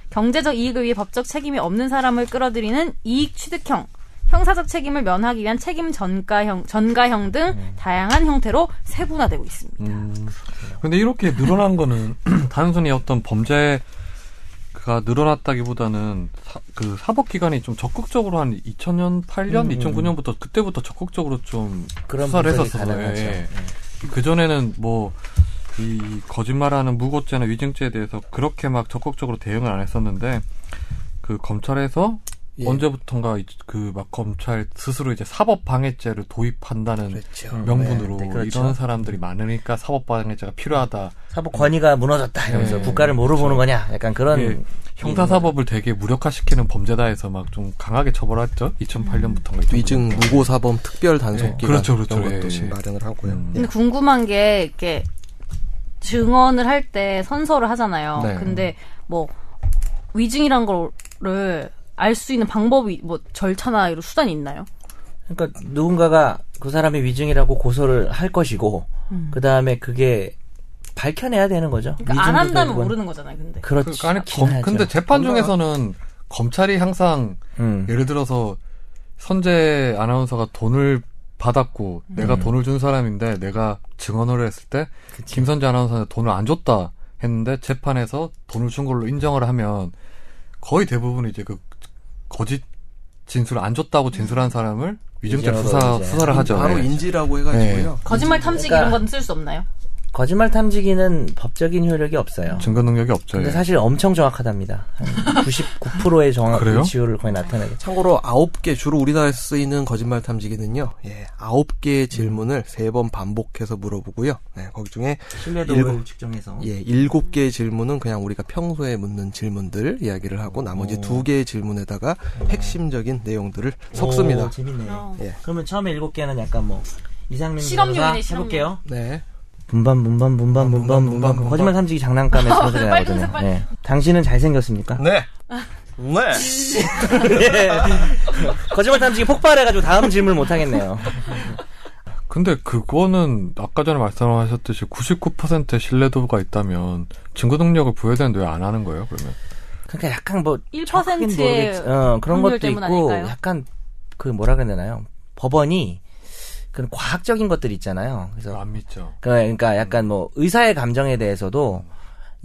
Speaker 4: 경제적 이익을 위해 법적 책임이 없는 사람을 끌어들이는 이익 취득형, 형사적 책임을 면하기 위한 책임 전가형, 전가형 등 다양한 형태로 세분화되고 있습니다.
Speaker 1: 음. 근데 이렇게 늘어난 거는 단순히 어떤 범죄가 늘어났다기보다는 사- 그 사법 기관이 좀 적극적으로 한 2000년, 8년, 2009년부터 그때부터 적극적으로 좀
Speaker 3: 음, 그런
Speaker 1: 수사를
Speaker 3: 분석이
Speaker 1: 했었어요.
Speaker 3: 가능하죠.
Speaker 1: 예. 그 전에는 뭐 이 거짓말하는 무고죄나 위증죄에 대해서 그렇게 막 적극적으로 대응을 안 했었는데 그 검찰에서
Speaker 6: 예.
Speaker 1: 언제부턴가 그 막 검찰 스스로 이제 사법 방해죄를 도입한다는
Speaker 6: 그렇죠.
Speaker 1: 명분으로
Speaker 3: 네, 네, 그렇죠. 음.
Speaker 1: 이런 사람들이 많으니까 사법 방해죄가 필요하다.
Speaker 3: 사법 권위가 무너졌다 이러면서
Speaker 1: 예,
Speaker 3: 국가를 뭐로 보는 거냐 약간 그런
Speaker 1: 예. 형사사법을 되게 무력화시키는 범죄다 해서 막 좀 강하게 처벌했죠. 2008년부터인가.
Speaker 6: 위증 무고 사범 특별 단속
Speaker 1: 예.
Speaker 6: 기간
Speaker 1: 그렇죠, 그렇죠.
Speaker 6: 이런 것도
Speaker 1: 예,
Speaker 6: 지금
Speaker 1: 예.
Speaker 6: 마련을 하고요.
Speaker 1: 음.
Speaker 6: 예.
Speaker 4: 근데 궁금한 게 이렇게 증언을 할 때 선서를 하잖아요.
Speaker 1: 네.
Speaker 4: 근데 뭐 위증이란 거를 알 수 있는 방법이 뭐 절차나 이런 수단이 있나요?
Speaker 3: 그러니까 누군가가 그 사람이 위증이라고 고소를 할 것이고 그 다음에 그게 밝혀내야 되는 거죠.
Speaker 4: 그러니까 안
Speaker 3: 위증도
Speaker 4: 한다면
Speaker 3: 결국은.
Speaker 4: 모르는 거잖아요. 근데
Speaker 3: 그렇지.
Speaker 1: 그러니까 아니,
Speaker 3: 않긴
Speaker 1: 검,
Speaker 3: 하죠.
Speaker 1: 근데 재판 중에서는 검찰이 항상
Speaker 3: 음.
Speaker 1: 예를 들어서 선재 아나운서가 돈을 받았고 내가 돈을 준 사람인데 내가 증언을 했을 때 김선재 아나운서는 돈을 안 줬다 했는데 재판에서 돈을 준 걸로 인정을 하면 거의 대부분 이제 그 거짓 진술을 안 줬다고 진술한 사람을 위증죄
Speaker 3: 위증으로
Speaker 1: 수사
Speaker 3: 이제
Speaker 1: 수사를 하죠.
Speaker 3: 예.
Speaker 6: 바로
Speaker 1: 네.
Speaker 6: 인지라고 해가지고요.
Speaker 4: 거짓말 탐지
Speaker 3: 그러니까-
Speaker 4: 이런 건 쓸 수 없나요?
Speaker 3: 거짓말 탐지기는 법적인 효력이 없어요.
Speaker 1: 증거 능력이 없죠.
Speaker 3: 근데
Speaker 1: 그렇죠. 예.
Speaker 3: 사실 엄청 정확하답니다. 한 99%의 정확
Speaker 1: 그래요?
Speaker 3: 위치율을 거의 나타내게.
Speaker 6: 참고로 아홉 개 주로 우리나라에서 쓰이는 거짓말 탐지기는요. 예, 아홉 개의 질문을 세 번 반복해서 물어보고요. 네, 거기 중에
Speaker 3: 신뢰도를
Speaker 6: 일곱-
Speaker 3: 측정해서.
Speaker 6: 예, 일곱 개의 질문은 그냥 우리가 평소에 묻는 질문들 이야기를 하고 나머지
Speaker 3: 오.
Speaker 6: 두 개의 질문에다가 핵심적인 내용들을 섞습니다.
Speaker 3: 오, 재밌네.
Speaker 4: 어.
Speaker 6: 예.
Speaker 3: 그러면 처음에 일곱 개는 약간 뭐 이상민
Speaker 4: 실험용이네,
Speaker 3: 변호사
Speaker 4: 실험용.
Speaker 3: 해볼게요. 아,
Speaker 6: 네.
Speaker 3: 분반 분반 분반 분반 분반
Speaker 6: 분반.
Speaker 3: 거짓말 탐지기 장난감에서 소리
Speaker 4: 어, 빨리
Speaker 3: 나거든요.
Speaker 4: 보세요, 빨리.
Speaker 3: 예. 당신은 잘생겼습니까?
Speaker 6: 네. 네.
Speaker 3: 예. 거짓말 탐지기 폭발해가지고 다음 질문 못 하겠네요.
Speaker 1: 근데 그거는 아까 전에 말씀하셨듯이 99%의 신뢰도가 있다면 증거 능력을 부여해야 되는데 왜 안 하는 거예요? 그러면
Speaker 3: 그러니까 약간 뭐
Speaker 4: 1%의
Speaker 3: 정확하긴 모르겠- 어, 그런
Speaker 4: 확률
Speaker 3: 것도 있고
Speaker 4: 때문 아닐까요?
Speaker 3: 약간 그 뭐라 그래야 되나요? 법원이 그런 과학적인 것들 있잖아요. 그래서
Speaker 1: 안 믿죠.
Speaker 3: 그- 그러니까 약간 뭐 의사의 감정에 대해서도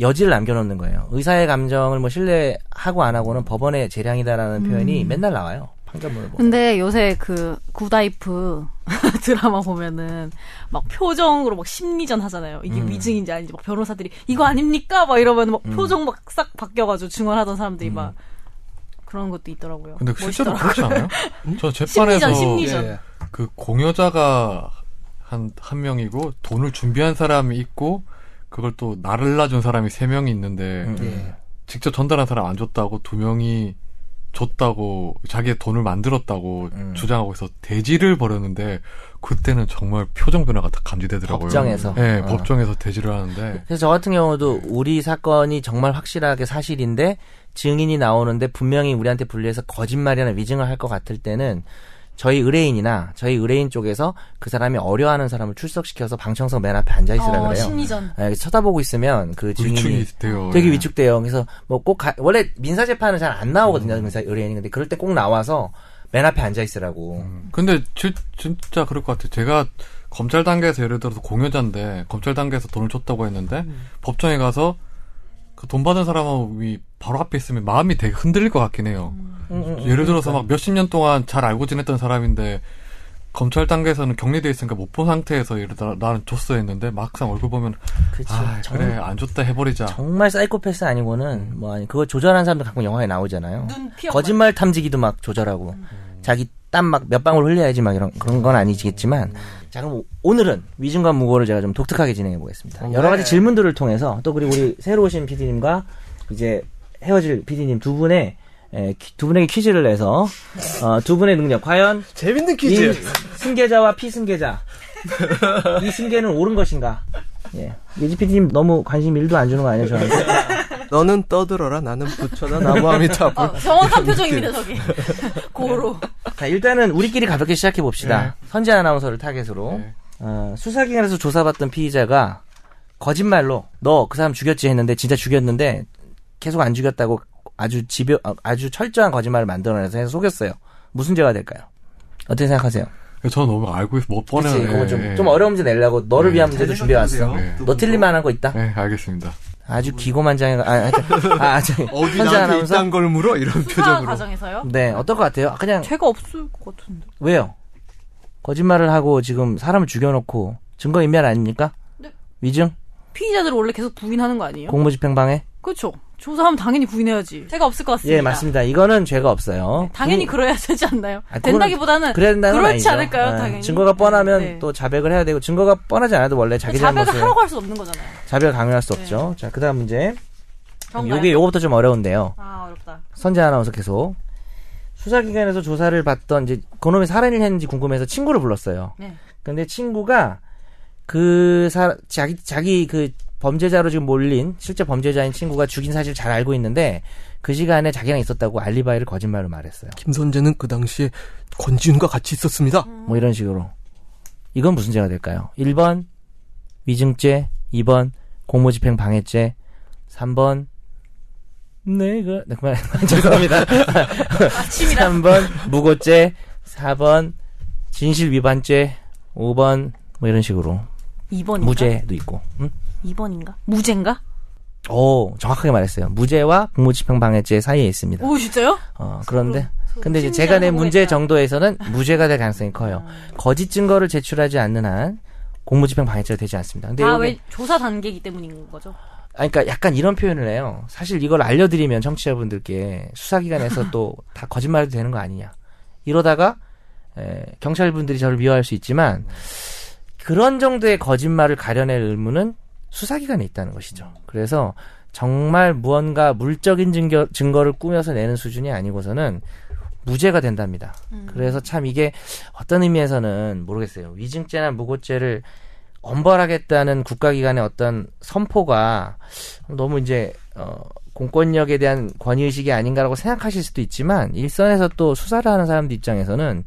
Speaker 3: 여지를 남겨놓는 거예요. 의사의 감정을 뭐 신뢰하고 안 하고는 법원의 재량이다라는 표현이 맨날 나와요. 판결문을 보면.
Speaker 4: 근데 요새 그 굿아이프 드라마 보면은 막 표정으로 막 심리전 하잖아요. 이게 위증인지 아닌지 막 변호사들이 이거 아닙니까? 막 이러면 막 표정 막 싹 바뀌어가지고 증언하던 사람들이 막 그런 것도 있더라고요.
Speaker 1: 근데 실제로
Speaker 4: 멋있더라고요.
Speaker 1: 그렇지 않아요? 저 재판에서
Speaker 4: 심리전, 심리전.
Speaker 6: 예.
Speaker 1: 그 공여자가 한 한 명이고 돈을 준비한 사람이 있고 그걸 또 날라준 사람이 세 명이 있는데
Speaker 3: 음.
Speaker 6: 예.
Speaker 1: 직접 전달한 사람 안 줬다고 두 명이 줬다고 자기의 돈을 만들었다고
Speaker 3: 음.
Speaker 1: 주장하고 해서 대지를 벌였는데 그때는 정말 표정 변화가 다 감지되더라고요.
Speaker 3: 법정에서.
Speaker 1: 예,
Speaker 3: 어.
Speaker 1: 법정에서 대지를 하는데
Speaker 3: 그래서 저 같은 경우도 우리 사건이 정말 확실하게 사실인데 증인이 나오는데 분명히 우리한테 불리해서 거짓말이나 위증을 할 것 같을 때는 저희 의뢰인이나 저희 의뢰인 쪽에서 그 사람이 어려하는 사람을 출석시켜서 방청석 맨 앞에 앉아 있으라
Speaker 4: 어,
Speaker 3: 그래요.
Speaker 4: 심리전.
Speaker 3: 예, 쳐다보고 있으면 그 증인이
Speaker 1: 위축이 돼요.
Speaker 3: 되게
Speaker 1: 예.
Speaker 3: 위축돼요. 그래서 뭐 꼭 원래 민사 재판은 잘 안 나오거든요. 민사 의뢰인이 근데 그럴 때 꼭 나와서 맨 앞에 앉아 있으라고.
Speaker 1: 근데 지- 진짜 그럴 것 같아요. 제가 검찰 단계에서 예를 들어서 공여자인데 검찰 단계에서 돈을 줬다고 했는데
Speaker 3: 음.
Speaker 1: 법정에 가서 그 돈 받은 사람이 바로 앞에 있으면 마음이 되게 흔들릴 것 같긴 해요.
Speaker 3: 음, 음, 음.
Speaker 1: 예를 들어서 막 몇십 년 동안 잘 알고 지냈던 사람인데 검찰 단계에서는 격리돼 있으니까 못 본 상태에서 예를 들어 나는 줬어 했는데 막상 얼굴 보면
Speaker 3: 그치.
Speaker 1: 아
Speaker 3: 정-
Speaker 1: 그래 안 줬다 해버리자.
Speaker 3: 정말 사이코패스 아니고는 뭐 아니 그거 조절하는 사람들 가끔 영화에 나오잖아요.
Speaker 4: 눈 피어. 음.
Speaker 3: 거짓말 탐지기도 막 조절하고 자기 땀 막 몇 방울 흘려야지 막 이런 그런 건 아니겠지만 자 그럼 오- 오늘은 위증과 무고를 제가 좀 독특하게 진행해 보겠습니다. 여러 가지 질문들을 통해서 또 그리고 우리 새로 오신 PD님과 이제 헤어질 PD님 두 분의 에, 퀴- 두 분에게 퀴즈를 내서 어, 두 분의 능력 과연
Speaker 6: 재밌는
Speaker 1: 예.
Speaker 3: 이 승계자와 피승계자 이 승계는 옳은 것인가? 예, 예지 PD님 너무 관심 1도 안 주는 거 아니에요 저한테?
Speaker 6: 너는 떠들어라 나는 부처다 나무아미타불.
Speaker 4: 어, 정확한 표정입니다, 저기. 고로.
Speaker 3: 자, 일단은 우리끼리 가볍게 시작해 봅시다. 선재 아나운서를 타겟으로.
Speaker 1: 네.
Speaker 3: 어, 수사기관에서 조사받던 피의자가 거짓말로 너 그 사람 죽였지 했는데 진짜 죽였는데 계속 안 죽였다고 아주 집요, 아, 아주 철저한 거짓말을 만들어내서 해서 속였어요. 무슨 죄가 될까요? 어떻게 생각하세요?
Speaker 1: 저는 너무 알고 있어 못 보내요.
Speaker 3: 그치, 그거 좀,
Speaker 1: 예,
Speaker 3: 좀 어려운 문제 내려고 너를
Speaker 1: 예.
Speaker 3: 위한 문제도 네, 준비해왔어.
Speaker 6: 네.
Speaker 1: 예.
Speaker 3: 너 틀릴 만한 거 있다?
Speaker 1: 예, 알겠습니다.
Speaker 3: 아주 기고만장해, 아, 하여튼, 아, 저기,
Speaker 6: 어디
Speaker 3: 선재
Speaker 6: 나한테
Speaker 3: 아나운서?
Speaker 6: 이딴 걸 물어 이런
Speaker 4: 수사
Speaker 6: 표정으로.
Speaker 4: 과정에서요?
Speaker 3: 네, 어떨 것 같아요? 그냥
Speaker 4: 죄가 없을 것 같은데.
Speaker 3: 왜요? 거짓말을 하고 지금 사람을 죽여놓고 증거인멸 아닙니까?
Speaker 4: 네.
Speaker 3: 위증?
Speaker 4: 피의자들을 원래 계속 부인하는 거 아니에요?
Speaker 3: 공무집행방해?
Speaker 4: 그렇죠. 조사하면 당연히 부인해야지. 죄가 없을 것 같습니다. 네,
Speaker 3: 예, 맞습니다. 이거는 죄가 없어요.
Speaker 4: 당연히
Speaker 3: 부-
Speaker 4: 그래야 되지 않나요?
Speaker 3: 아, 그거는-
Speaker 4: 된다기보다는
Speaker 3: 그래야 된다는 건
Speaker 4: 그렇지
Speaker 3: 아니죠.
Speaker 4: 않을까요?
Speaker 3: 예,
Speaker 4: 당연히.
Speaker 3: 증거가 뻔하면
Speaker 4: 네.
Speaker 3: 또 자백을 해야 되고 증거가 뻔하지 않아도 원래 자기
Speaker 4: 자백을
Speaker 3: 잘못을
Speaker 4: 하라고 할 수 없는 거잖아요.
Speaker 3: 자백을 강요할 수
Speaker 4: 네.
Speaker 3: 없죠. 자, 그다음 문제.
Speaker 4: 정말.
Speaker 3: 요게 요거부터 좀 어려운데요.
Speaker 4: 아 어렵다.
Speaker 3: 선재 아나운서 계속 수사기관에서 조사를 받던 이제 그놈이 살인을 했는지 궁금해서 친구를 불렀어요.
Speaker 4: 네.
Speaker 3: 근데 친구가 그 사, 자기 자기 그 범죄자로 지금 몰린 실제 범죄자인 친구가 죽인 사실 잘 알고 있는데 그 시간에 자기랑 있었다고 알리바이를 거짓말로 말했어요.
Speaker 6: 김선재는 그 당시에 권지훈과 같이 있었습니다.
Speaker 3: 뭐 이런 식으로. 이건 무슨 죄가 될까요? 1번 위증죄, 2번 공무집행 방해죄, 3번 내가 네, 그만 죄송합니다. 3번 무고죄, 4번 진실 위반죄, 5번 뭐 이런 식으로
Speaker 4: 2번인가?
Speaker 3: 무죄도 있고. 음?
Speaker 4: 2번인가? 무죄인가?
Speaker 3: 오, 정확하게 말했어요. 무죄와 공무집행 방해죄 사이에 있습니다.
Speaker 4: 오 진짜요?
Speaker 3: 어, 그런데
Speaker 4: 소름
Speaker 3: 근데 이제
Speaker 4: 심리전
Speaker 3: 제가 낸 문제
Speaker 4: 해보겠다. 음.
Speaker 3: 정도에서는 무죄가 될 가능성이 커요. 거짓 증거를 제출하지 않는 한 공무집행 방해죄가 되지 않습니다. 근데
Speaker 4: 다
Speaker 3: 요게-
Speaker 4: 아, 왜 조사 단계이기 때문인 거죠?
Speaker 3: 아니, 그러니까 약간 이런 표현을 해요. 사실 이걸 알려드리면 청취자분들께 수사기관에서 또 다 거짓말해도 되는 거 아니냐. 이러다가 에, 경찰분들이 저를 미워할 수 있지만 그런 정도의 거짓말을 가려낼 의무는 수사기관에 있다는 것이죠. 그래서 정말 무언가 물적인 증거, 증거를 꾸며서 내는 수준이 아니고서는 무죄가 된답니다. 그래서 참 이게 어떤 의미에서는 모르겠어요. 위증죄나 무고죄를 엄벌하겠다는 국가기관의 어떤 선포가 너무 이제 어, 공권력에 대한 권위의식이 아닌가라고 생각하실 수도 있지만 일선에서 또 수사를 하는 사람들 입장에서는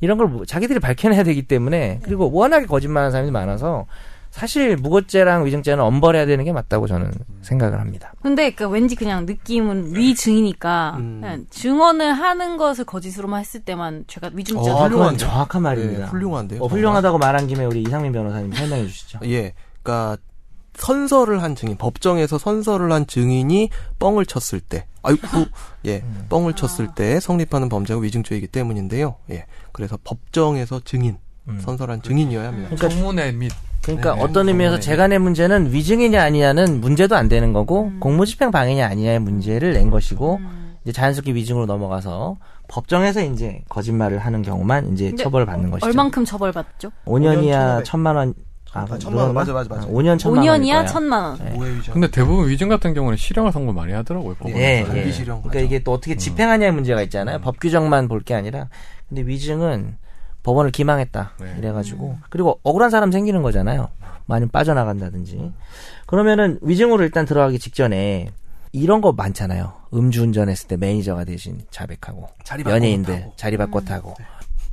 Speaker 3: 이런 걸 뭐- 자기들이 밝혀내야 되기 때문에 그리고 워낙에 거짓말하는 사람이 많아서 사실 무고죄랑 위증죄는 엄벌해야 되는 게 맞다고 저는 생각을 합니다.
Speaker 4: 근데 그 왠지 그냥 느낌은
Speaker 3: 네.
Speaker 4: 위증이니까
Speaker 6: 음.
Speaker 4: 그냥 증언을 하는 것을 거짓으로만 했을 때만 제가 위증죄
Speaker 6: 어,
Speaker 4: 로
Speaker 6: 훌륭한- 훌륭한데요.
Speaker 3: 아, 정확한
Speaker 6: 예, 훌륭한데요.
Speaker 3: 어, 훌륭하다고 말한 김에 우리 이상민 변호사님 설명해 주시죠.
Speaker 6: 예. 그러니까 선서를 한 증인, 법정에서 선서를 한 증인이 뻥을 쳤을 때, 아이고, 예, 뻥을 쳤을 때 성립하는 범죄가 위증죄이기 때문인데요. 예, 그래서 법정에서 증인,
Speaker 3: 음.
Speaker 6: 선서를 한 증인이어야 합니다.
Speaker 3: 그러니까-
Speaker 1: 청문회 및
Speaker 3: 그러니까
Speaker 6: 네,
Speaker 3: 어떤 의미에서
Speaker 1: 정말.
Speaker 3: 재간의 문제는 위증이냐 아니냐는 문제도 안 되는 거고
Speaker 4: 음.
Speaker 3: 공무집행 방해냐 아니냐의 문제를 낸 것이고 이제 자연스럽게 위증으로 넘어가서 법정에서 이제 거짓말을 하는 경우만 이제
Speaker 4: 근데
Speaker 3: 처벌을 받는 것이죠.
Speaker 4: 얼만큼 처벌받죠?
Speaker 3: 5년 이하
Speaker 6: 5,100.
Speaker 3: 천만 원. 아,
Speaker 6: 아, 천만
Speaker 3: 그러나?
Speaker 6: 원, 맞아, 맞아, 네. 맞아.
Speaker 3: 5년 천만
Speaker 4: 5년 이하
Speaker 3: 원일 거예요. 네.
Speaker 4: 천만 원.
Speaker 6: 모해 위장.
Speaker 1: 네. 근데 대부분 위증 같은 경우는 실형을 선고 많이 하더라고요. 법원에서.
Speaker 3: 예,
Speaker 6: 법원에서
Speaker 3: 예.
Speaker 6: 미실형
Speaker 3: 그러니까
Speaker 6: 가죠. 음.
Speaker 3: 이게 또 어떻게 집행하냐의 문제가 있잖아요. 법 규정만 볼 게 아니라. 근데 위증은 법원을 기망했다.
Speaker 1: 네.
Speaker 3: 이래가지고.
Speaker 4: 음.
Speaker 3: 그리고 억울한 사람 생기는 거잖아요. 뭐 아니면 빠져나간다든지. 그러면은 위증으로 일단 들어가기 직전에 이런 거 많잖아요. 음주운전 했을 때 매니저가 대신 자백하고.
Speaker 6: 자리바꿔
Speaker 3: 연예인들
Speaker 6: 못하고. 네.
Speaker 3: 자리바꿔 타고.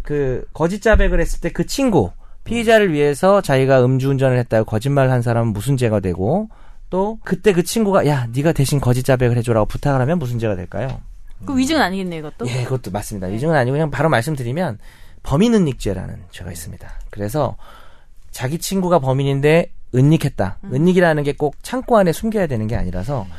Speaker 3: 그 거짓 자백을 했을 때 그 친구. 피의자를 위해서 자기가 음주운전을 했다고 거짓말을 한 사람은 무슨 죄가 되고 또 그때 그 친구가 야 네가 대신 거짓 자백을 해줘라고 부탁을 하면 무슨 죄가 될까요?
Speaker 4: 그 위증은 아니겠네요, 이것도. 네.
Speaker 3: 예, 그것도 맞습니다. 위증은 아니고 그냥 바로 말씀드리면 범인은닉죄라는 죄가 있습니다. 그래서 자기 친구가 범인인데 은닉했다.
Speaker 4: 음.
Speaker 3: 은닉이라는 게 꼭 창고 안에 숨겨야 되는 게 아니라서
Speaker 4: 음.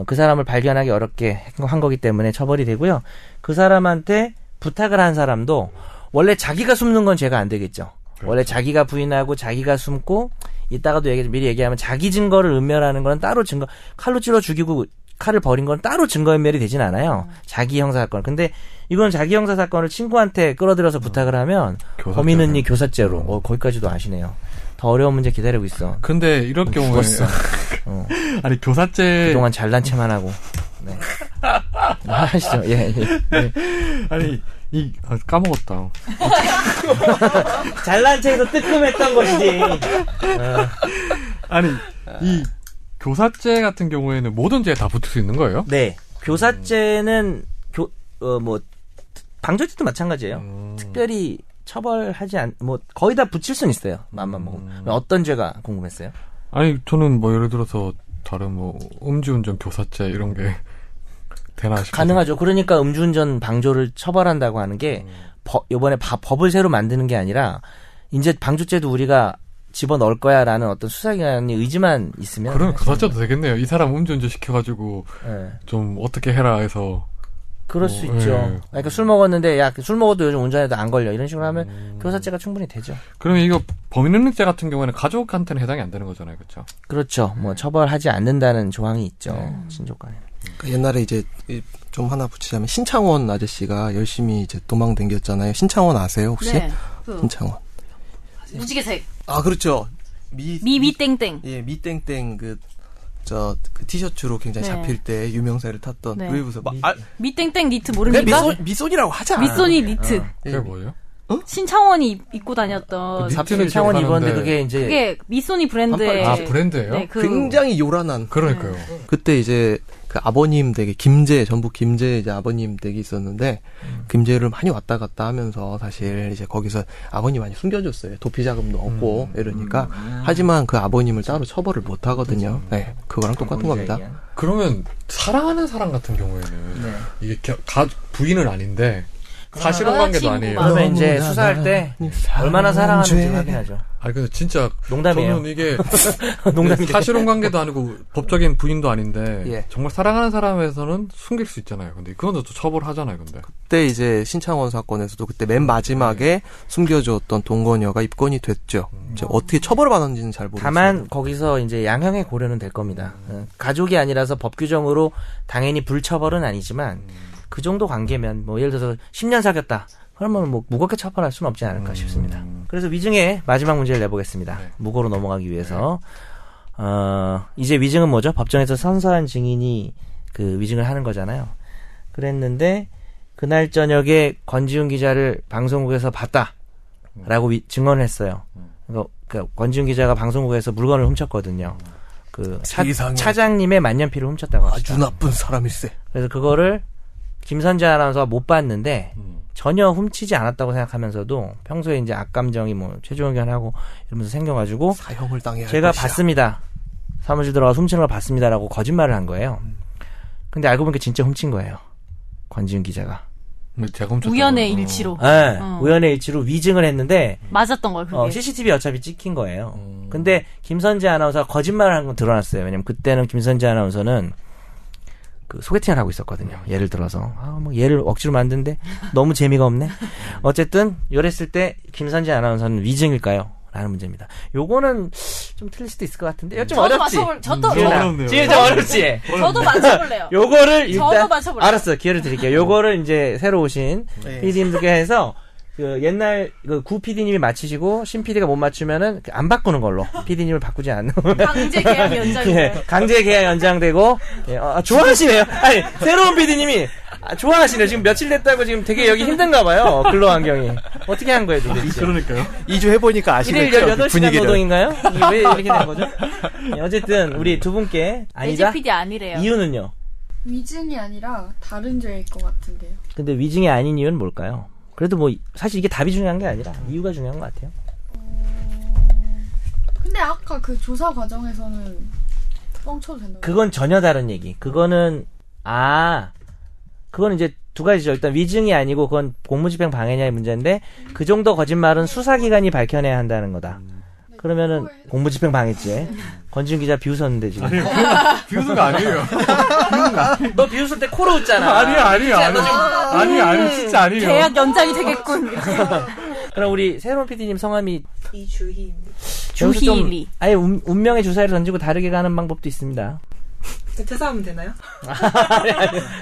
Speaker 3: 어, 그 사람을 발견하기 어렵게 한 거기 때문에 처벌이 되고요. 그 사람한테 부탁을 한 사람도 원래 자기가 숨는 건 죄가 안 되겠죠. 원래 자기가 부인하고 자기가 숨고 이따가도 얘기 미리 얘기하면 자기 증거를 은멸하는 건 따로 증거 칼로 찔러 죽이고 칼을 버린 건 따로 증거 인멸이 되진 않아요. 자기 형사 사건. 근데 이건 자기 형사 사건을 친구한테 끌어들여서 부탁을 하면
Speaker 1: 교사죄로.
Speaker 3: 범인은 이 교사죄로. 어, 거기까지도 아시네요. 더 어려운 문제 기다리고 있어.
Speaker 1: 근데 이럴 경우에
Speaker 3: 죽었어. 어.
Speaker 1: 아니 교사죄
Speaker 3: 그동안 잘난 체만 하고. 네. 하시죠. 예. 예.
Speaker 1: 아니 이 아, 까먹었다.
Speaker 3: 잘난 체에서 뜨끔했던 것이지.
Speaker 1: 아니 이 교사죄 같은 경우에는 모든 죄에 다 붙을 수 있는 거예요?
Speaker 3: 네. 교사죄는 교, 어, 뭐, 방조죄도 마찬가지예요. 특별히 처벌하지 않, 뭐, 거의 다 붙일 수는 있어요. 맘만 먹으면. 어떤 죄가 궁금했어요?
Speaker 1: 아니 저는 뭐 예를 들어서 다른 뭐 음주운전 교사죄 이런 게 되나 싶어서.
Speaker 3: 가능하죠. 그러니까 음주운전 방조를 처벌한다고 하는 게 법, 이번에 바- 법을 새로 만드는 게 아니라 이제 방조죄도 우리가 집어 넣을 거야라는 어떤 수사기관의 의지만 있으면
Speaker 1: 그럼 교사죄도 되겠네요. 이 사람 음주운전 시켜가지고
Speaker 3: 예.
Speaker 1: 좀 어떻게 해라 해서
Speaker 3: 그럴 수
Speaker 1: 뭐,
Speaker 3: 있죠.
Speaker 1: 예.
Speaker 3: 그러니까 술 먹었는데 야 술 먹어도 요즘 운전해도 안 걸려 이런 식으로 하면 교사죄가 충분히 되죠.
Speaker 1: 그러면 이거 범인능력죄 같은 경우에는 가족한테는 해당이 안 되는 거잖아요, 그렇죠?
Speaker 3: 그렇죠. 뭐 처벌하지 않는다는 조항이 있죠. 친족간에.
Speaker 6: 그러니까 옛날에 이제 이- 좀 하나 붙이자면 신창원 아저씨가 열심히 이제 도망 댕겼잖아요. 신창원 아세요 혹시?
Speaker 4: 네. 그
Speaker 6: 신창원.
Speaker 4: 무지개색.
Speaker 6: 아 그렇죠. 미
Speaker 4: 미미땡땡.
Speaker 6: 예, 미땡땡 그 저 그 티셔츠로 굉장히
Speaker 4: 네.
Speaker 6: 잡힐 때 유명세를 탔던
Speaker 4: 네.
Speaker 6: 루이부스 막 아,
Speaker 4: 미땡땡 니트
Speaker 6: 그냥
Speaker 4: 모릅니까?
Speaker 6: 미소, 미소니라고 하자.
Speaker 4: 미소니
Speaker 3: 아,
Speaker 4: 니트.
Speaker 3: 어.
Speaker 1: 그게 뭐예요?
Speaker 4: 신창원이 입- 입고 다녔던
Speaker 1: 그 밑-
Speaker 3: 사필 창원
Speaker 1: 기억하는데.
Speaker 3: 입었는데 그게 이제
Speaker 4: 그게 미소니 브랜드의
Speaker 1: 아 브랜드예요?
Speaker 4: 네, 그
Speaker 6: 굉장히 요란한
Speaker 1: 그러니까요.
Speaker 4: 네,
Speaker 6: 그때 이제 그 아버님 댁에 김제 전북 김제 이제 아버님 댁이 있었는데
Speaker 4: 음.
Speaker 6: 김제를 많이 왔다 갔다 하면서 사실 이제 거기서 아버님 많이 숨겨줬어요 도피 자금도 없고
Speaker 4: 음.
Speaker 6: 이러니까 하지만 그 아버님을 따로 처벌을 못 하거든요.
Speaker 4: 그렇죠.
Speaker 6: 네, 그거랑 똑같은 겁니다.
Speaker 4: 네.
Speaker 1: 그러면 사랑하는 사람 같은 경우에는 이게 겨- 가, 부인은 아닌데 사실혼 관계도
Speaker 4: 여자친구가-
Speaker 1: 아니에요.
Speaker 3: 그러면 이제 수사할 때 얼마나 사랑하는지 확인하죠.
Speaker 1: 아니 근데 진짜
Speaker 3: 농담이에요.
Speaker 1: 저는 이게
Speaker 3: 농담이죠.
Speaker 1: 사실혼 관계도 아니고 법적인 부인도 아닌데
Speaker 6: 예.
Speaker 1: 정말 사랑하는 사람에서는 숨길 수 있잖아요. 근데 그건 또 처벌하잖아요. 근데
Speaker 6: 그때 이제 신창원 사건에서도 그때 맨 마지막에
Speaker 3: 네.
Speaker 6: 숨겨주었던 동거녀가 입건이 됐죠. 이제 어떻게 처벌받았는지는 잘 모르겠어요.
Speaker 3: 다만 거기서 이제 양형의 고려는 될 겁니다. 어, 가족이 아니라서 법 규정으로 당연히 불처벌은 아니지만 그 정도 관계면 뭐 예를 들어서 10년 사귀었다. 그러면 뭐 무겁게 처벌할 수는 없지 않을까 싶습니다. 그래서 위증의 마지막 문제를 내보겠습니다.
Speaker 1: 네.
Speaker 3: 무고로 넘어가기 위해서 어, 이제 위증은 뭐죠? 법정에서 선서한 증인이 그 위증을 하는 거잖아요. 그랬는데 그날 저녁에 권지훈 기자를 방송국에서 봤다라고 위- 증언을 했어요. 그러니까 그 권지훈 기자가 방송국에서 물건을 훔쳤거든요. 그 차,
Speaker 6: 세상에.
Speaker 3: 차장님의 만년필을 훔쳤다고 합시다.
Speaker 6: 아주 나쁜 사람일세.
Speaker 3: 그래서 그거를 김선재 아나운서가 못 봤는데
Speaker 1: 음.
Speaker 3: 전혀 훔치지 않았다고 생각하면서도 평소에 이제 악감정이 뭐 최종 의견하고 이러면서 생겨가지고
Speaker 6: 사형을 당해야 할
Speaker 3: 제가
Speaker 6: 것이다.
Speaker 3: 봤습니다. 사무실 들어가서 훔치는 걸 봤습니다라고 거짓말을 한 거예요.
Speaker 6: 음.
Speaker 3: 근데 알고 보니까 진짜 훔친 거예요. 권지훈 기자가.
Speaker 1: 제가 훔쳤다고.
Speaker 4: 우연의
Speaker 1: 어.
Speaker 4: 일치로
Speaker 3: 예,
Speaker 4: 어.
Speaker 3: 우연의 일치로 위증을 했는데
Speaker 4: 맞았던 거예요. 그게.
Speaker 3: 어, CCTV 어차피 찍힌 거예요.
Speaker 1: 음.
Speaker 3: 근데 김선재 아나운서가 거짓말을 한 건 드러났어요. 왜냐면 그때는 김선재 아나운서는 그 소개팅을 하고 있었거든요. 예를 들어서 아, 뭐 얘를 억지로 만드는데 너무 재미가 없네. 어쨌든 요랬을 때 김선재 아나운서는 위증일까요? 라는 문제입니다. 요거는 좀 틀릴 수도 있을 것 같은데 이거 좀
Speaker 4: 저도
Speaker 3: 어렵지.
Speaker 4: 맞춰볼- 저도-
Speaker 3: 지은아,
Speaker 1: 저도 어렵네요.
Speaker 3: 지은이 좀 어렵지.
Speaker 4: 저도 맞춰볼래요.
Speaker 3: 요거를 일단
Speaker 4: 저도 맞춰볼래요.
Speaker 3: 알았어 기회를 드릴게요. 요거를 이제 새로 오신
Speaker 5: 네.
Speaker 3: PD님들께 해서 그 옛날 그구 PD님이 맞히시고 신 PD가 못 맞추면은 그 안 바꾸는 걸로 PD님을 바꾸지 않는 걸로.
Speaker 4: 강제 계약
Speaker 3: 예,
Speaker 4: 연장이에요.
Speaker 3: 강제 계약 연장되고 예, 아, 좋아하시네요. 아니 새로운 PD님이 좋아하시네요. 지금 며칠 됐다고 지금 되게 여기 힘든가 봐요. 근로 환경이 어떻게 한 거예요, 도대체?
Speaker 1: 그러니까요.
Speaker 7: 2주 아, 해보니까
Speaker 3: 일일
Speaker 7: 아시겠죠?
Speaker 3: 18시간
Speaker 7: 분위기를.
Speaker 3: 노동인가요? 이게 왜 이렇게 된 거죠? 예, 어쨌든 우리 두 분께
Speaker 4: 아니다?
Speaker 3: 아니다
Speaker 4: PD 아니래요.
Speaker 3: 이유는요.
Speaker 2: 위증이 아니라 다른 죄일 것 같은데요.
Speaker 3: 근데 위증이 아닌 이유는 뭘까요? 그래도 뭐 사실 이게 답이 중요한 게 아니라 이유가 중요한 것 같아요.
Speaker 2: 근데 아까 그 조사 과정에서는 뻥쳐도 된다고.
Speaker 3: 그건 전혀 다른 얘기. 그거는 아 그건 이제 두 가지죠. 일단 위증이 아니고 그건 공무집행 방해냐의 문제인데 그 정도 거짓말은 수사기관이 밝혀내야 한다는 거다. 그러면은 공무집행 방해죄. 권지훈 기자 비웃었는데 지금.
Speaker 1: 비웃은 거 아니에요.
Speaker 3: 너 비웃을 때 코로 웃잖아.
Speaker 1: 아니에요. 아니에요.
Speaker 4: 네.
Speaker 1: 아니에요. 진짜 아니에요.
Speaker 4: 계약 연장이 되겠군.
Speaker 3: 그럼 우리 새로운 PD님 성함이
Speaker 8: 이주희입니다.
Speaker 3: 여기서 좀
Speaker 4: 주희리.
Speaker 3: 아예 운, 운명의 주사위를 던지고 다르게 가는 방법도 있습니다.
Speaker 8: 퇴사하면 되나요?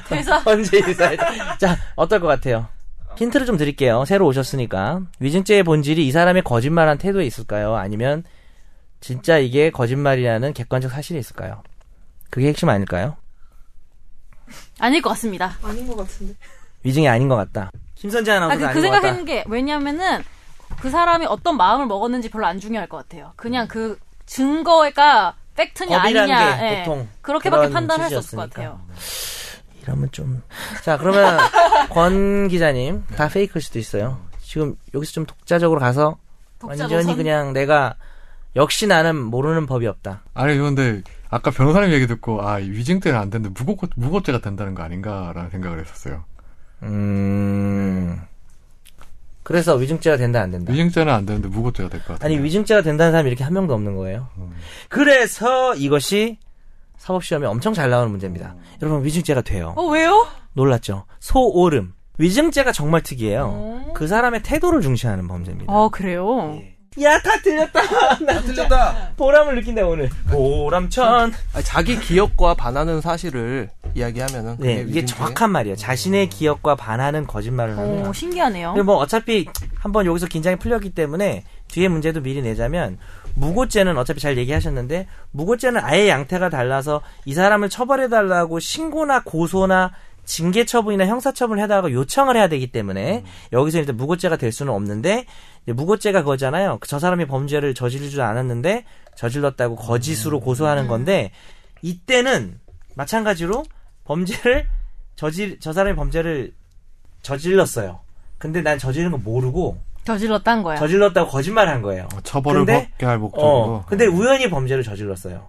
Speaker 4: 대사.
Speaker 3: 언제 이사해? 자, 어떨 것 같아요? 힌트를 좀 드릴게요. 새로 오셨으니까. 위증죄의 본질이 이 사람의 거짓말한 태도에 있을까요? 아니면 진짜 이게 거짓말이라는 객관적 사실이 있을까요? 그게 핵심 아닐까요?
Speaker 4: 아닐 것 같습니다.
Speaker 8: 아닌 것 같은데.
Speaker 3: 위증이 아닌 것 같다. 김선재
Speaker 4: 아,
Speaker 3: 아나운서가
Speaker 4: 그,
Speaker 3: 아,
Speaker 4: 그
Speaker 3: 닌것 같다.
Speaker 4: 생각하는 게 왜냐면은 그 사람이 어떤 마음을 먹었는지 별로 안 중요할 것 같아요. 그냥 그 증거가 팩트냐
Speaker 3: 법이라는
Speaker 4: 아니냐.
Speaker 3: 게
Speaker 4: 예.
Speaker 3: 보통
Speaker 4: 그렇게밖에
Speaker 3: 그런
Speaker 4: 판단할 수 없을 것
Speaker 3: 취지였으니까.
Speaker 4: 같아요.
Speaker 3: 이러면 좀. 자, 그러면 권 기자님. 다 페이크일 수도 있어요. 지금 여기서 좀 독자적으로 가서
Speaker 4: 독자
Speaker 3: 완전히
Speaker 4: 노선.
Speaker 3: 그냥 내가 역시 나는 모르는 법이 없다.
Speaker 1: 아니 근데 아까 변호사님 얘기 듣고 아이 위증 때는 안 되는데 무고 무고죄가 된다는 거 아닌가라는 생각을 했었어요.
Speaker 3: 음. 그래서 위증죄가 된다 안 된다.
Speaker 1: 위증죄는 안 되는데 무고죄가 될 것 같아요.
Speaker 3: 아니 위증죄가 된다는 사람이 이렇게 한 명도 없는 거예요. 그래서 이것이 사법 시험에 엄청 잘 나오는 문제입니다. 여러분 위증죄가 돼요.
Speaker 4: 어 왜요?
Speaker 3: 놀랐죠? 소오름. 위증죄가 정말 특이해요. 그 사람의 태도를 중시하는 범죄입니다.
Speaker 4: 아 그래요.
Speaker 3: 예. 야, 다 어? 들렸다. 나 들렸다. 보람을 느낀다 오늘. 보람천.
Speaker 6: 아니, 자기 기억과 반하는 사실을 이야기하면은 그게
Speaker 3: 네, 이게
Speaker 6: 위증죄.
Speaker 3: 정확한 말이에요. 자신의 기억과 반하는 거짓말을 하면
Speaker 4: 오 신기하네요.
Speaker 3: 근데 뭐 어차피 한번 여기서 긴장이 풀렸기 때문에 뒤에 문제도 미리 내자면 무고죄는 어차피 잘 얘기하셨는데 무고죄는 아예 양태가 달라서 이 사람을 처벌해 달라고 신고나 고소나 징계 처분이나 형사 처분을 해달라고 요청을 해야 되기 때문에 여기서 일단 무고죄가 될 수는 없는데 이제 무고죄가 그거잖아요. 저 사람이 범죄를 저지르지 않았는데 저질렀다고 거짓으로 고소하는 건데 이때는 마찬가지로 범죄를 저질 저 사람이 범죄를 저질렀어요. 근데 난 저지른 거 모르고
Speaker 4: 저질렀단 거야.
Speaker 3: 저질렀다고 거짓말한 거예요.
Speaker 1: 뭐
Speaker 3: 어.
Speaker 1: 처벌을
Speaker 3: 근데-
Speaker 1: 받게 할 목적으로.
Speaker 3: 어, 근데 우연히 범죄를 저질렀어요.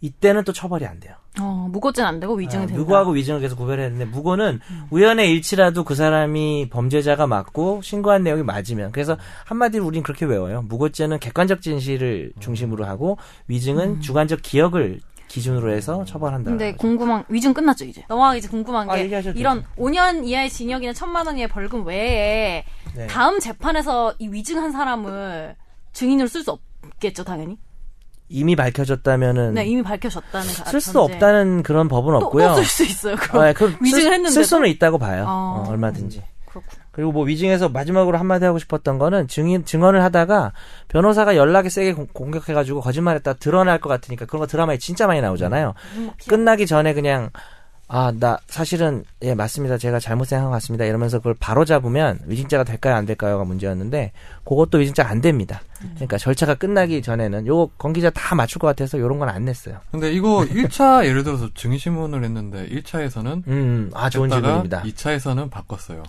Speaker 3: 이때는 또 처벌이 안 돼요.
Speaker 4: 어, 무고죄는 안 되고 위증은
Speaker 3: 아,
Speaker 4: 된다.
Speaker 3: 무고하고 위증을 계속 구별했는데 무고는 우연의 일치라도 그 사람이 범죄자가 맞고 신고한 내용이 맞으면 그래서 한마디로 우린 그렇게 외워요. 무고죄는 객관적 진실을 중심으로 하고 위증은 주관적 기억을 기준으로 해서 처벌한다.
Speaker 4: 음. 근데 궁금한 위증 끝났죠 이제. 넘어가 이제 궁금한
Speaker 3: 음. 아,
Speaker 4: 게
Speaker 3: 얘기하셔도
Speaker 4: 이런 5년 이하의 징역이나 천만 원 이하의 벌금 외에
Speaker 3: 네.
Speaker 4: 다음 재판에서 이 위증한 사람을 증인으로 쓸 수 없겠죠 당연히.
Speaker 3: 이미 밝혀졌다면은
Speaker 4: 네 이미 밝혀졌다는
Speaker 3: 음. 쓸 수 없다는 그런 법은 없고요.
Speaker 4: 또쓸수 있어요. 그럼.
Speaker 3: 아, 예, 그럼
Speaker 4: 위증을
Speaker 3: 쓸-
Speaker 4: 했는데도?
Speaker 3: 쓸 수는 있다고 봐요.
Speaker 4: 아.
Speaker 3: 어, 얼마든지.
Speaker 4: 그렇구나.
Speaker 3: 그리고 뭐 위증에서 마지막으로 한마디 하고 싶었던 거는 증인 증언을 하다가 변호사가 연락이 세게 공- 공격해가지고 거짓말했다 드러날 것 같으니까 그런 거 드라마에 진짜 많이 나오잖아요.
Speaker 4: 음,
Speaker 3: 끝나기 전에 그냥 아 나 사실은 예 맞습니다 제가 잘못 생각한 것 같습니다 이러면서 그걸 바로 잡으면 위증자가 될까요 안 될까요가 문제였는데 그것도 위증자 안 됩니다.
Speaker 4: 음.
Speaker 3: 그러니까 절차가 끝나기 전에는 요거 권 기자 다 맞출 것 같아서 요런 건 안 냈어요.
Speaker 1: 근데 이거 1차 예를 들어서 증인신문을 했는데 1차에서는
Speaker 3: 음아 좋은 질문입니다.
Speaker 1: 2차에서는 바꿨어요.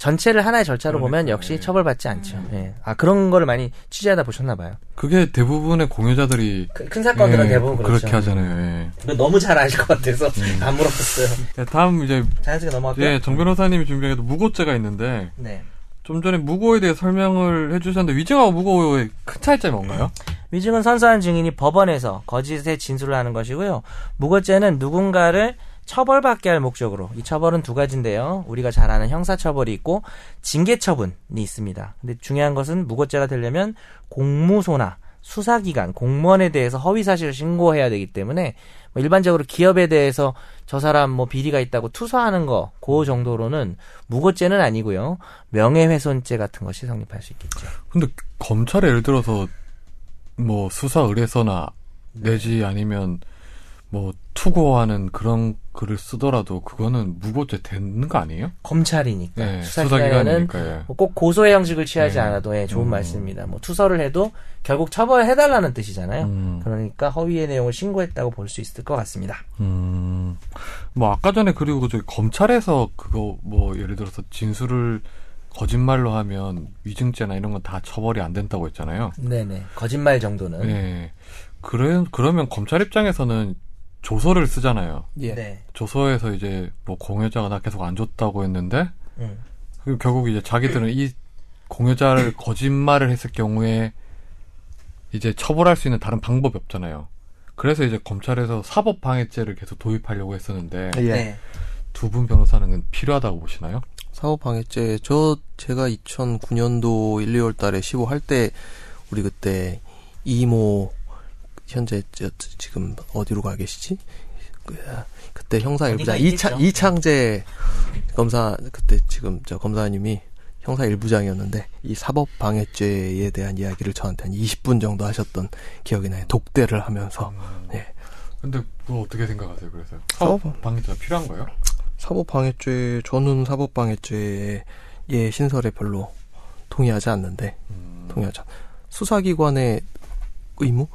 Speaker 3: 전체를 하나의 절차로 보면
Speaker 1: 그러니까요.
Speaker 3: 역시
Speaker 1: 예.
Speaker 3: 처벌받지 않죠. 예. 아 그런 거를 많이 취재하다 보셨나 봐요.
Speaker 1: 그게 대부분의 공유자들이
Speaker 3: 큰, 그, 큰 사건들은
Speaker 1: 예,
Speaker 3: 대부분 그렇죠.
Speaker 1: 그렇게 음. 하잖아요.
Speaker 3: 근데 너무 잘 아실 것 같아서 안 물어봤어요.
Speaker 1: 예. 자, 다음 이제
Speaker 3: 자연스럽게 넘어갈게요.
Speaker 1: 예, 정 변호사님이 준비하기도 무고죄가 있는데
Speaker 3: 네.
Speaker 1: 좀 전에 무고에 대해 설명을 해주셨는데 위증하고 무고의 큰 차이점이 뭔가요?
Speaker 3: 위증은 선서한 증인이 법원에서 거짓의 진술을 하는 것이고요. 무고죄는 누군가를 처벌받게 할 목적으로 이 처벌은 두 가지인데요. 우리가 잘 아는 형사처벌이 있고 징계처분이 있습니다. 근데 중요한 것은 무고죄가 되려면 공무소나 수사기관, 공무원에 대해서 허위사실을 신고해야 되기 때문에 뭐 일반적으로 기업에 대해서 저 사람 뭐 비리가 있다고 투서하는 거, 그 정도로는 무고죄는 아니고요. 명예훼손죄 같은 것이 성립할 수 있겠죠.
Speaker 1: 근데 검찰에 예를 들어서 뭐 수사 의뢰서나
Speaker 3: 네.
Speaker 1: 내지 아니면 뭐 투고하는 그런 글을 쓰더라도 그거는 무고죄 되는 거 아니에요?
Speaker 3: 검찰이니까
Speaker 1: 네,
Speaker 3: 수사기관은
Speaker 1: 수사기관이니까 예.
Speaker 3: 뭐꼭 고소의 형식을 취하지
Speaker 1: 네.
Speaker 3: 않아도 예, 좋은
Speaker 1: 음.
Speaker 3: 말씀입니다. 뭐 투서를 해도 결국 처벌해달라는 뜻이잖아요.
Speaker 1: 음.
Speaker 3: 그러니까 허위의 내용을 신고했다고 볼 수 있을 것 같습니다.
Speaker 1: 음. 뭐 아까 전에 그리고 저기 검찰에서 그거 뭐 예를 들어서 진술을 거짓말로 하면 위증죄나 이런 건 다 처벌이 안 된다고 했잖아요.
Speaker 3: 네네. 거짓말 정도는.
Speaker 1: 예. 그래 그러면 검찰 입장에서는 조서를 쓰잖아요.
Speaker 6: 예.
Speaker 3: 네.
Speaker 1: 조서에서 이제 뭐 공여자가 나 계속 안 줬다고 했는데
Speaker 3: 음.
Speaker 1: 그리고 결국 이제 자기들은 이 공여자를 거짓말을 했을 경우에 이제 처벌할 수 있는 다른 방법이 없잖아요. 그래서 이제 검찰에서 사법 방해죄를 계속 도입하려고 했었는데
Speaker 6: 예.
Speaker 3: 네.
Speaker 1: 두 분 변호사는 피요하다고 보시나요?
Speaker 6: 사업방해죄 저 제가 2009년도 1, 2월 달에 15 할 때 우리 그때 이모 현재 저, 저, 지금 어디로 가 계시지? 그, 그때 형사
Speaker 3: 어디가
Speaker 6: 1부장 아, 이창
Speaker 3: 있겠죠.
Speaker 6: 이창재 검사 그때 지금 저 검사님이 형사 1부장이었는데 이 사법방해죄에 대한 이야기를 저한테 한 20분 정도 하셨던 기억이 나요. 독대를 하면서 예.
Speaker 1: 어. 근데 그거 어떻게 생각하세요? 그래서
Speaker 6: 사법
Speaker 1: 방해죄가 필요한 거예요?
Speaker 6: 사법방해죄 저는 사법방해죄의 예 신설에 별로 동의하지 않는데
Speaker 1: 음,
Speaker 6: 동의하지 않. 수사기관의 의무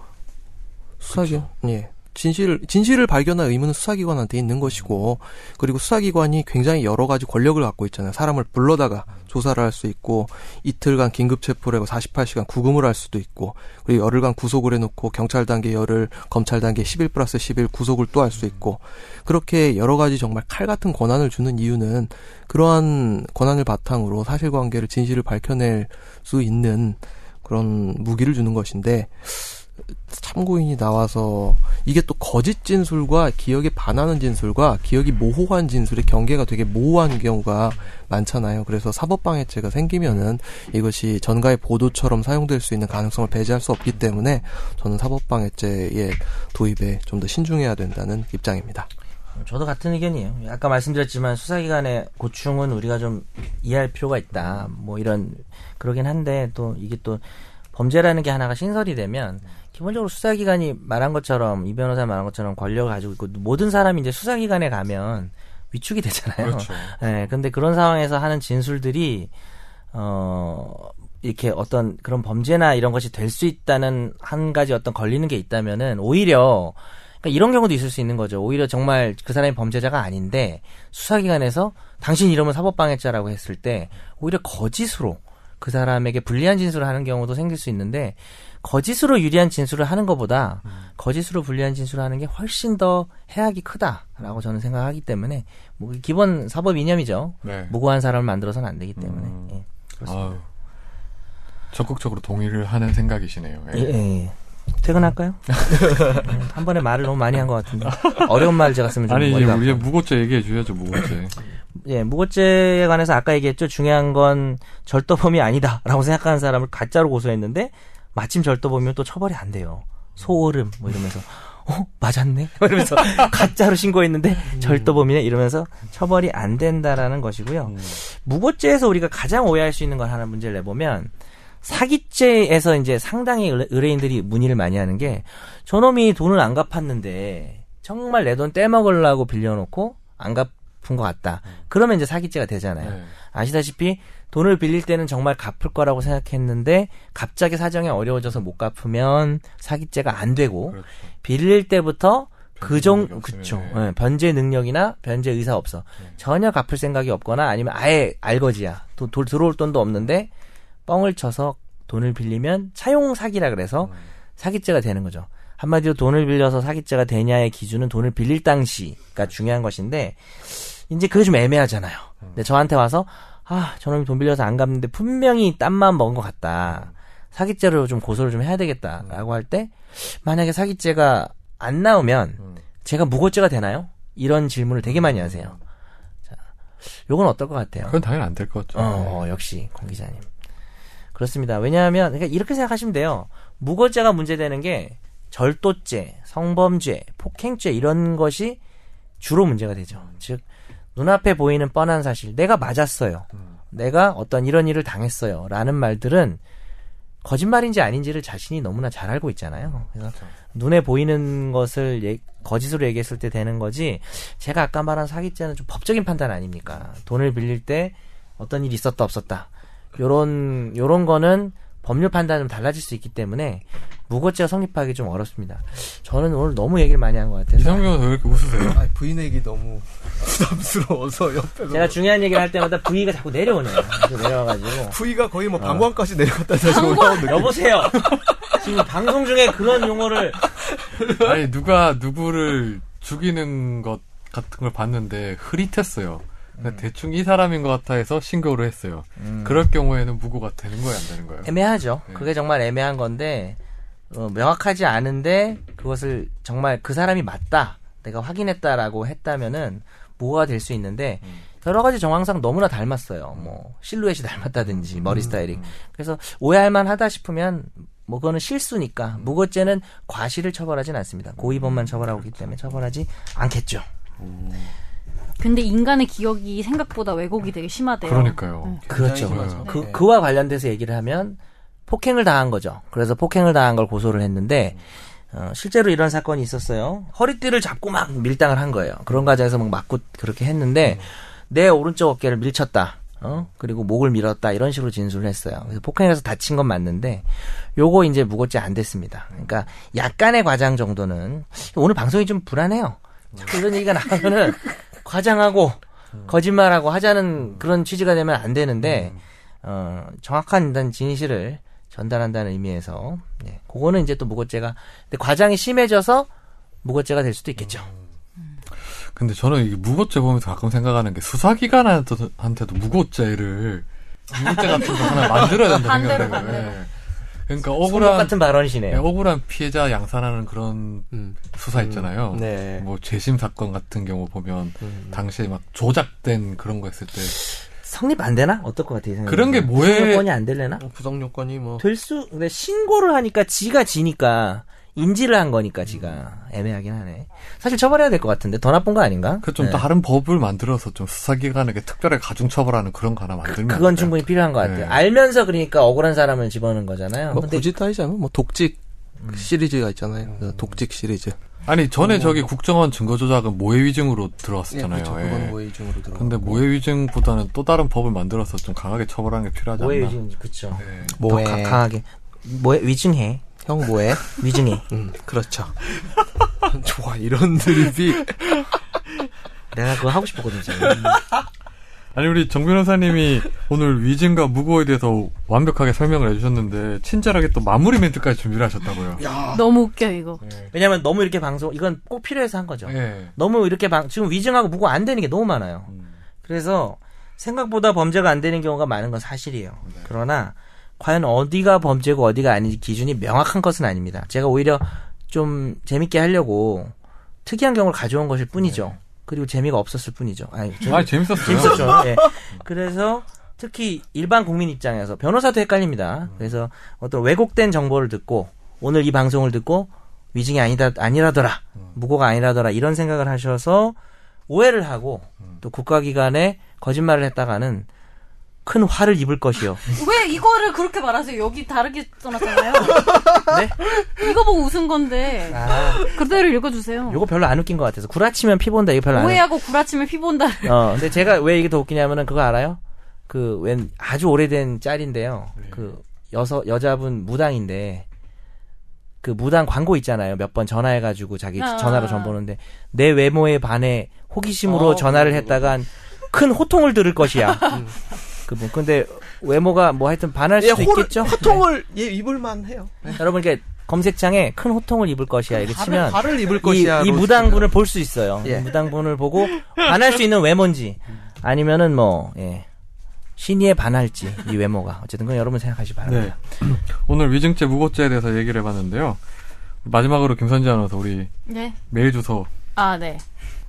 Speaker 6: 수사기관 예 진실 진실을 발견할 의무는 수사기관한테 있는 것이고 그리고 수사기관이 굉장히 여러 가지 권력을 갖고 있잖아요 사람을 불러다가 조사를 할 수 있고 이틀간 긴급 체포를 하고 48시간 구금을 할 수도 있고 그리고 열흘간 구속을 해놓고 경찰 단계 열흘 검찰 단계 11 플러스 11 구속을 또 할 수 있고 그렇게 여러 가지 정말 칼 같은 권한을 주는 이유는 그러한 권한을 바탕으로 사실관계를 진실을 밝혀낼 수 있는 그런 무기를 주는 것인데 참고인이 나와서 이게 또 거짓 진술과 기억에 반하는 진술과 기억이 모호한 진술의 경계가 되게 모호한 경우가 많잖아요. 그래서 사법방해죄가 생기면은 이것이 전가의 보도처럼 사용될 수 있는 가능성을 배제할 수 없기 때문에 저는 사법방해죄의 도입에 좀 더 신중해야 된다는 입장입니다.
Speaker 3: 저도 같은 의견이에요. 아까 말씀드렸지만 수사기관의 고충은 우리가 좀 이해할 필요가 있다. 뭐 이런 그러긴 한데 또 이게 또 범죄라는 게 하나가 신설이 되면 기본적으로 수사기관이 말한 것처럼 이 변호사 말한 것처럼 권력을 가지고 있고 모든 사람이 이제 수사기관에 가면 위축이 되잖아요.
Speaker 1: 그렇죠.
Speaker 3: 예, 근데 그런 상황에서 하는 진술들이, 어, 이렇게 어떤 그런 범죄나 이런 것이 될 수 있다는 한 가지 어떤 걸리는 게 있다면은 오히려, 그러니까 이런 경우도 있을 수 있는 거죠. 오히려 정말 그 사람이 범죄자가 아닌데 수사기관에서 당신 이름은 사법방해죄라고 했을 때 오히려 거짓으로 그 사람에게 불리한 진술을 하는 경우도 생길 수 있는데 거짓으로 유리한 진술을 하는 것보다 거짓으로 불리한 진술을 하는 게 훨씬 더 해악이 크다라고 저는 생각하기 때문에 뭐 기본 사법 이념이죠.
Speaker 1: 네.
Speaker 3: 무고한 사람을 만들어서는 안 되기 때문에.
Speaker 1: 음.
Speaker 3: 예.
Speaker 1: 아유, 적극적으로 동의를 하는 생각이시네요. 예.
Speaker 3: 예, 예, 예. 퇴근할까요? 한 번에 말을 너무 많이 한 것 같은데 어려운 말 제가 쓰면 좀
Speaker 1: 아니 이제
Speaker 3: 머리가
Speaker 1: 우리
Speaker 3: 아파요.
Speaker 1: 이제 무고죄 얘기해 주셔야죠 무고죄.
Speaker 3: 예, 무고죄에 관해서 아까 얘기했죠. 중요한 건 절도범이 아니다라고 생각하는 사람을 가짜로 고소했는데 마침 절도범이면 또 처벌이 안 돼요. 소오름 뭐 이러면서 어 맞았네 뭐 이러면서 가짜로 신고했는데 절도범이네 이러면서 처벌이 안 된다라는 것이고요. 무고죄에서 우리가 가장 오해할 수 있는 걸 하나 문제를 내보면 사기죄에서 이제 상당히 의뢰- 의뢰인들이 문의를 많이 하는 게 저놈이 돈을 안 갚았는데 정말 내 돈 떼먹으려고 빌려놓고 안 갚은 것 같다. 그러면 이제 사기죄가 되잖아요.
Speaker 1: 네.
Speaker 3: 아시다시피 돈을 빌릴 때는 정말 갚을 거라고 생각했는데 갑자기 사정이 어려워져서 못 갚으면 사기죄가 안 되고
Speaker 1: 그렇죠.
Speaker 3: 빌릴 때부터
Speaker 1: 변제
Speaker 3: 그종
Speaker 1: 능력이
Speaker 3: 그쵸
Speaker 1: 없으면, 네.
Speaker 3: 예, 변제 능력이나 변제 의사 없어 전혀 갚을 생각이 없거나 아니면 아예 알거지야 도, 도- 들어올 돈도 없는데 뻥을 쳐서 돈을 빌리면 차용 사기라
Speaker 1: 음.
Speaker 3: 그래서 사기죄가 되는 거죠 한마디로 돈을 빌려서 사기죄가 되냐의 기준은 돈을 빌릴 당시가 중요한 것인데 이제 그게 좀 애매하잖아요 근데 저한테 와서 아 저놈이 돈 빌려서 안 갚는데 분명히 땀만 먹은 것 같다 사기죄로 좀 고소를 좀 해야 되겠다라고 할 때 만약에 사기죄가 안 나오면 제가 무고죄가 되나요? 이런 질문을 되게 많이 하세요.
Speaker 1: 음.
Speaker 3: 자, 요건 어떨 것 같아요?
Speaker 1: 그건 당연히 안 될 것 같죠. 네.
Speaker 3: 어, 어, 역시 공 기자님. 그렇습니다. 왜냐하면 그러니까 이렇게 생각하시면 돼요. 무고죄가 문제되는 게 절도죄, 성범죄, 폭행죄 이런 것이 주로 문제가 되죠. 즉 눈앞에 보이는 뻔한 사실, 내가 맞았어요.
Speaker 1: 음.
Speaker 3: 내가 어떤 이런 일을 당했어요. 라는 말들은 거짓말인지 아닌지를 자신이 너무나 잘 알고 있잖아요. 그래서
Speaker 1: 그렇죠.
Speaker 3: 눈에 보이는 것을 예- 거짓으로 얘기했을 때 되는 거지. 제가 아까 말한 사기죄는 좀 법적인 판단 아닙니까? 돈을 빌릴 때 어떤 일이 있었다 없었다. 요런 요런 거는 법률 판단이 좀 달라질 수 있기 때문에 무고죄가 성립하기 좀 어렵습니다. 저는 오늘 너무 얘기를 많이 한 것 같아서
Speaker 1: 네. 이상 변호사 왜 이렇게 웃으세요?
Speaker 6: 아, 부인 얘기 너무 부담스러워서 옆에서
Speaker 3: 제가 중요한 얘기를 할 때마다 부위가 자꾸 내려오네요. 자꾸 내려와가지고
Speaker 6: 부위가 거의 뭐 방광까지 내려갔다 다시 올라온 느낌.
Speaker 3: 여보세요. 지금 방송 중에 그런 용어를
Speaker 1: 아니 누가 누구를 죽이는 것 같은 걸 봤는데 흐릿했어요. 근데
Speaker 3: 음.
Speaker 1: 대충 이 사람인 것 같아 해서 신고를 했어요. 그럴 경우에는 무고가 되는 거예요, 안 되는 거예요?
Speaker 3: 애매하죠.
Speaker 1: 네.
Speaker 3: 그게 정말 애매한 건데 어, 명확하지 않은데 그것을 정말 그 사람이 맞다, 내가 확인했다라고 했다면은 뭐가 될 수 있는데
Speaker 1: 음.
Speaker 3: 여러 가지 정황상 너무나 닮았어요. 뭐 실루엣이 닮았다든지
Speaker 1: 음.
Speaker 3: 머리 스타일이 그래서 오해할 만하다 싶으면 뭐 그거는 실수니까
Speaker 1: 음.
Speaker 3: 무고죄는 과실을 처벌하진 않습니다. 고의범만 처벌하고 있기 때문에 처벌하지 않겠죠.
Speaker 4: 근데 인간의 기억이 생각보다 왜곡이 되게 심하대요. 음.
Speaker 1: 그러니까요.
Speaker 3: 그렇죠.
Speaker 9: 굉장히 심하죠.
Speaker 3: 그,
Speaker 9: 네.
Speaker 3: 그와 관련돼서 얘기를 하면 폭행을 당한 거죠. 그래서 폭행을 당한 걸 고소를 했는데 어, 실제로 이런 사건이 있었어요. 허리띠를 잡고 막 밀당을 한 거예요. 그런 과정에서 막 맞고 그렇게 했는데 내 오른쪽 어깨를 밀쳤다. 어? 그리고 목을 밀었다 이런 식으로 진술을 했어요. 그래서 폭행해서 다친 건 맞는데 요거 이제 무고죄 안 됐습니다. 그러니까 약간의 과장 정도는 오늘 방송이 좀 불안해요. 자꾸 이런 얘기가 나오면은 과장하고 거짓말하고 하자는 그런 취지가 되면 안 되는데
Speaker 1: 음.
Speaker 3: 어, 정확한 일단 진실을 전달한다는 의미에서 예, 그거는 이제 또 무고죄가 근데 과장이 심해져서 무고죄가 될 수도 있겠죠.
Speaker 1: 음. 근데 저는 이 무고죄 보면서 가끔 생각하는 게 수사기관한테도 한테도 무고죄를 무고죄 같은 거 하나 만들어야 된다
Speaker 4: 반대로,
Speaker 1: 생각해요.
Speaker 4: 반대로.
Speaker 1: 네. 그러니까
Speaker 3: 손목
Speaker 1: 억울한
Speaker 3: 같은 발언이시네요.
Speaker 1: 네, 억울한 피해자 양산하는 그런
Speaker 6: 음.
Speaker 1: 수사 있잖아요.
Speaker 6: 음, 네.
Speaker 1: 뭐 재심 사건 같은 경우 보면
Speaker 6: 음.
Speaker 1: 당시에 막 조작된 그런 거 했을 때
Speaker 3: 성립 안 되나? 어떨 것 같아요?
Speaker 1: 그런 게 뭐에- 어.
Speaker 3: 요건이 안 될래나?
Speaker 6: 뭐 부정 요건이 뭐
Speaker 3: 될 수, 근데 신고를 하니까 지가 지니까 인지를 한 거니까 지가 애매하긴 하네. 사실 처벌해야 될 것 같은데 더 나쁜 거 아닌가?
Speaker 1: 음. 그 좀
Speaker 3: 네.
Speaker 1: 다른 법을 만들어서 좀 수사기관에게 특별하게 가중처벌하는 그런 거 하나 만들면 안
Speaker 3: 그건
Speaker 1: 돼요?
Speaker 3: 충분히 필요한 것 같아요.
Speaker 1: 네.
Speaker 3: 알면서 그러니까 억울한 사람을 집어넣는 거잖아요.
Speaker 6: 뭐
Speaker 3: 근데
Speaker 6: 굳이 따지자면 뭐 독직 시리즈가 있잖아요. 그 독직 시리즈.
Speaker 1: 아니 전에 저기 국정원 증거조작은 모해위증으로
Speaker 3: 네,
Speaker 1: 들어왔었잖아요.
Speaker 6: 그렇죠.
Speaker 1: 예.
Speaker 6: 그건 모의 중으로 들어.
Speaker 1: 근데 모해위증보다는 또 다른 법을 만들어서 좀 강하게 처벌하는 게 필요하지 않나?
Speaker 3: 뭐에 위증인지 그쵸.
Speaker 1: 네.
Speaker 6: 모해.
Speaker 3: 더 가- 강하게 뭐에 위증해.
Speaker 6: 형 모해.
Speaker 3: 위증해.
Speaker 6: 음, 그렇죠. 좋아 이런 드립이
Speaker 3: 내가 그거 하고 싶었거든요. 진짜.
Speaker 1: 아니 우리 정 변호사님이 오늘 위증과 무고에 대해서 완벽하게 설명을 해주셨는데 친절하게 또 마무리 멘트까지 준비를 하셨다고요.
Speaker 4: 너무 웃겨 이거.
Speaker 3: 네. 왜냐면 너무 이렇게 방송 이건 꼭 필요해서 한 거죠.
Speaker 1: 예.
Speaker 3: 너무 이렇게 방 지금 위증하고 무고 안 되는 게 너무 많아요. 그래서 생각보다 범죄가 안 되는 경우가 많은 건 사실이에요. 그러나 과연 어디가 범죄고 어디가 아닌지 기준이 명확한 것은 아닙니다. 제가 오히려 좀 재밌게 하려고 특이한 경우를 가져온 것일 뿐이죠. 그리고 재미가 없었을 뿐이죠. 아니,
Speaker 1: 아 재밌었어요.
Speaker 3: 재밌었죠. 예. 그래서 특히 일반 국민 입장에서 변호사도 헷갈립니다. 그래서 어떤 왜곡된 정보를 듣고 오늘 이 방송을 듣고 위증이 아니다 아니라더라 무고가 아니라더라 이런 생각을 하셔서 오해를 하고 또 국가기관에 거짓말을 했다가는 큰 화를 입을 것이요.
Speaker 4: 왜 이거를 그렇게 말하세요? 여기 다르게 써놨잖아요. 네? 이거 보고 웃은 건데 그대로 읽어주세요.
Speaker 3: 요거 별로 안 웃긴 것 같아서 구라치면 피 본다 이거 별로 안. 웃-
Speaker 4: 오해하고 구라치면 피본다.
Speaker 3: 어, 근데 제가 왜 이게 더 웃기냐면은 그거 알아요? 그 웬 아주 오래된 짤인데요.
Speaker 6: 네.
Speaker 3: 그 여서 여자분 무당인데 그 무당 광고 있잖아요. 몇 번 전화해가지고 자기
Speaker 4: 아.
Speaker 3: 전화로 전보는데 내 외모에 반해 호기심으로 전화를 했다간 큰 호통을 들을 것이야. 그분 근데 외모가 뭐 하여튼 반할
Speaker 6: 예,
Speaker 3: 수도
Speaker 6: 호를,
Speaker 3: 있겠죠.
Speaker 6: 호통을 예, 입을만 해요.
Speaker 3: 네. 여러분 이게 검색창에 큰 호통을 입을 것이야 이렇게 치면
Speaker 6: 발을 입을
Speaker 3: 이,
Speaker 6: 것이야.
Speaker 3: 이 무당분을 볼 수 있어요.
Speaker 6: 예.
Speaker 3: 이 무당분을 보고 반할 수 있는 외모인지 아니면은 뭐 예. 신의에 반할지 이 외모가 어쨌든 그건 여러분 생각하시 기
Speaker 1: 네.
Speaker 3: 바랍니다.
Speaker 1: 오늘 위증죄 무고죄에 대해서 얘기를 해봤는데요. 마지막으로 김선지 아나운서 우리
Speaker 4: 네.
Speaker 1: 메일 주소
Speaker 4: 아, 네.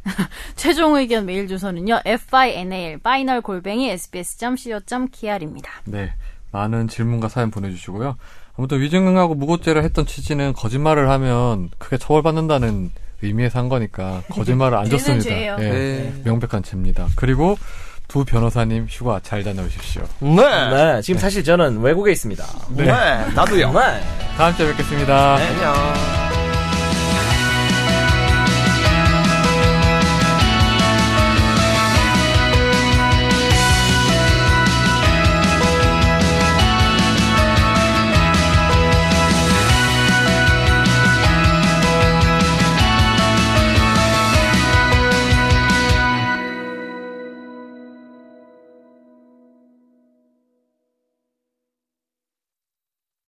Speaker 4: 최종 의견 메일 주소는요. final final 골뱅이 sbs.co.kr입니다.
Speaker 1: 네 많은 질문과 사연 보내주시고요. 아무튼 위증하고 무고죄를 했던 취지는 거짓말을 하면 크게 처벌받는다는 의미에서 한 거니까 거짓말을 안
Speaker 4: 죄는
Speaker 1: 줬습니다.
Speaker 4: 죄예요.
Speaker 1: 예,
Speaker 6: 네.
Speaker 1: 명백한 죄입니다. 그리고 두 변호사님 휴가 잘 다녀오십시오.
Speaker 3: 네. 지금 사실 저는 외국에 있습니다.
Speaker 1: 네.
Speaker 3: 나도요. 네.
Speaker 1: 다음 주에 뵙겠습니다.
Speaker 3: 안녕.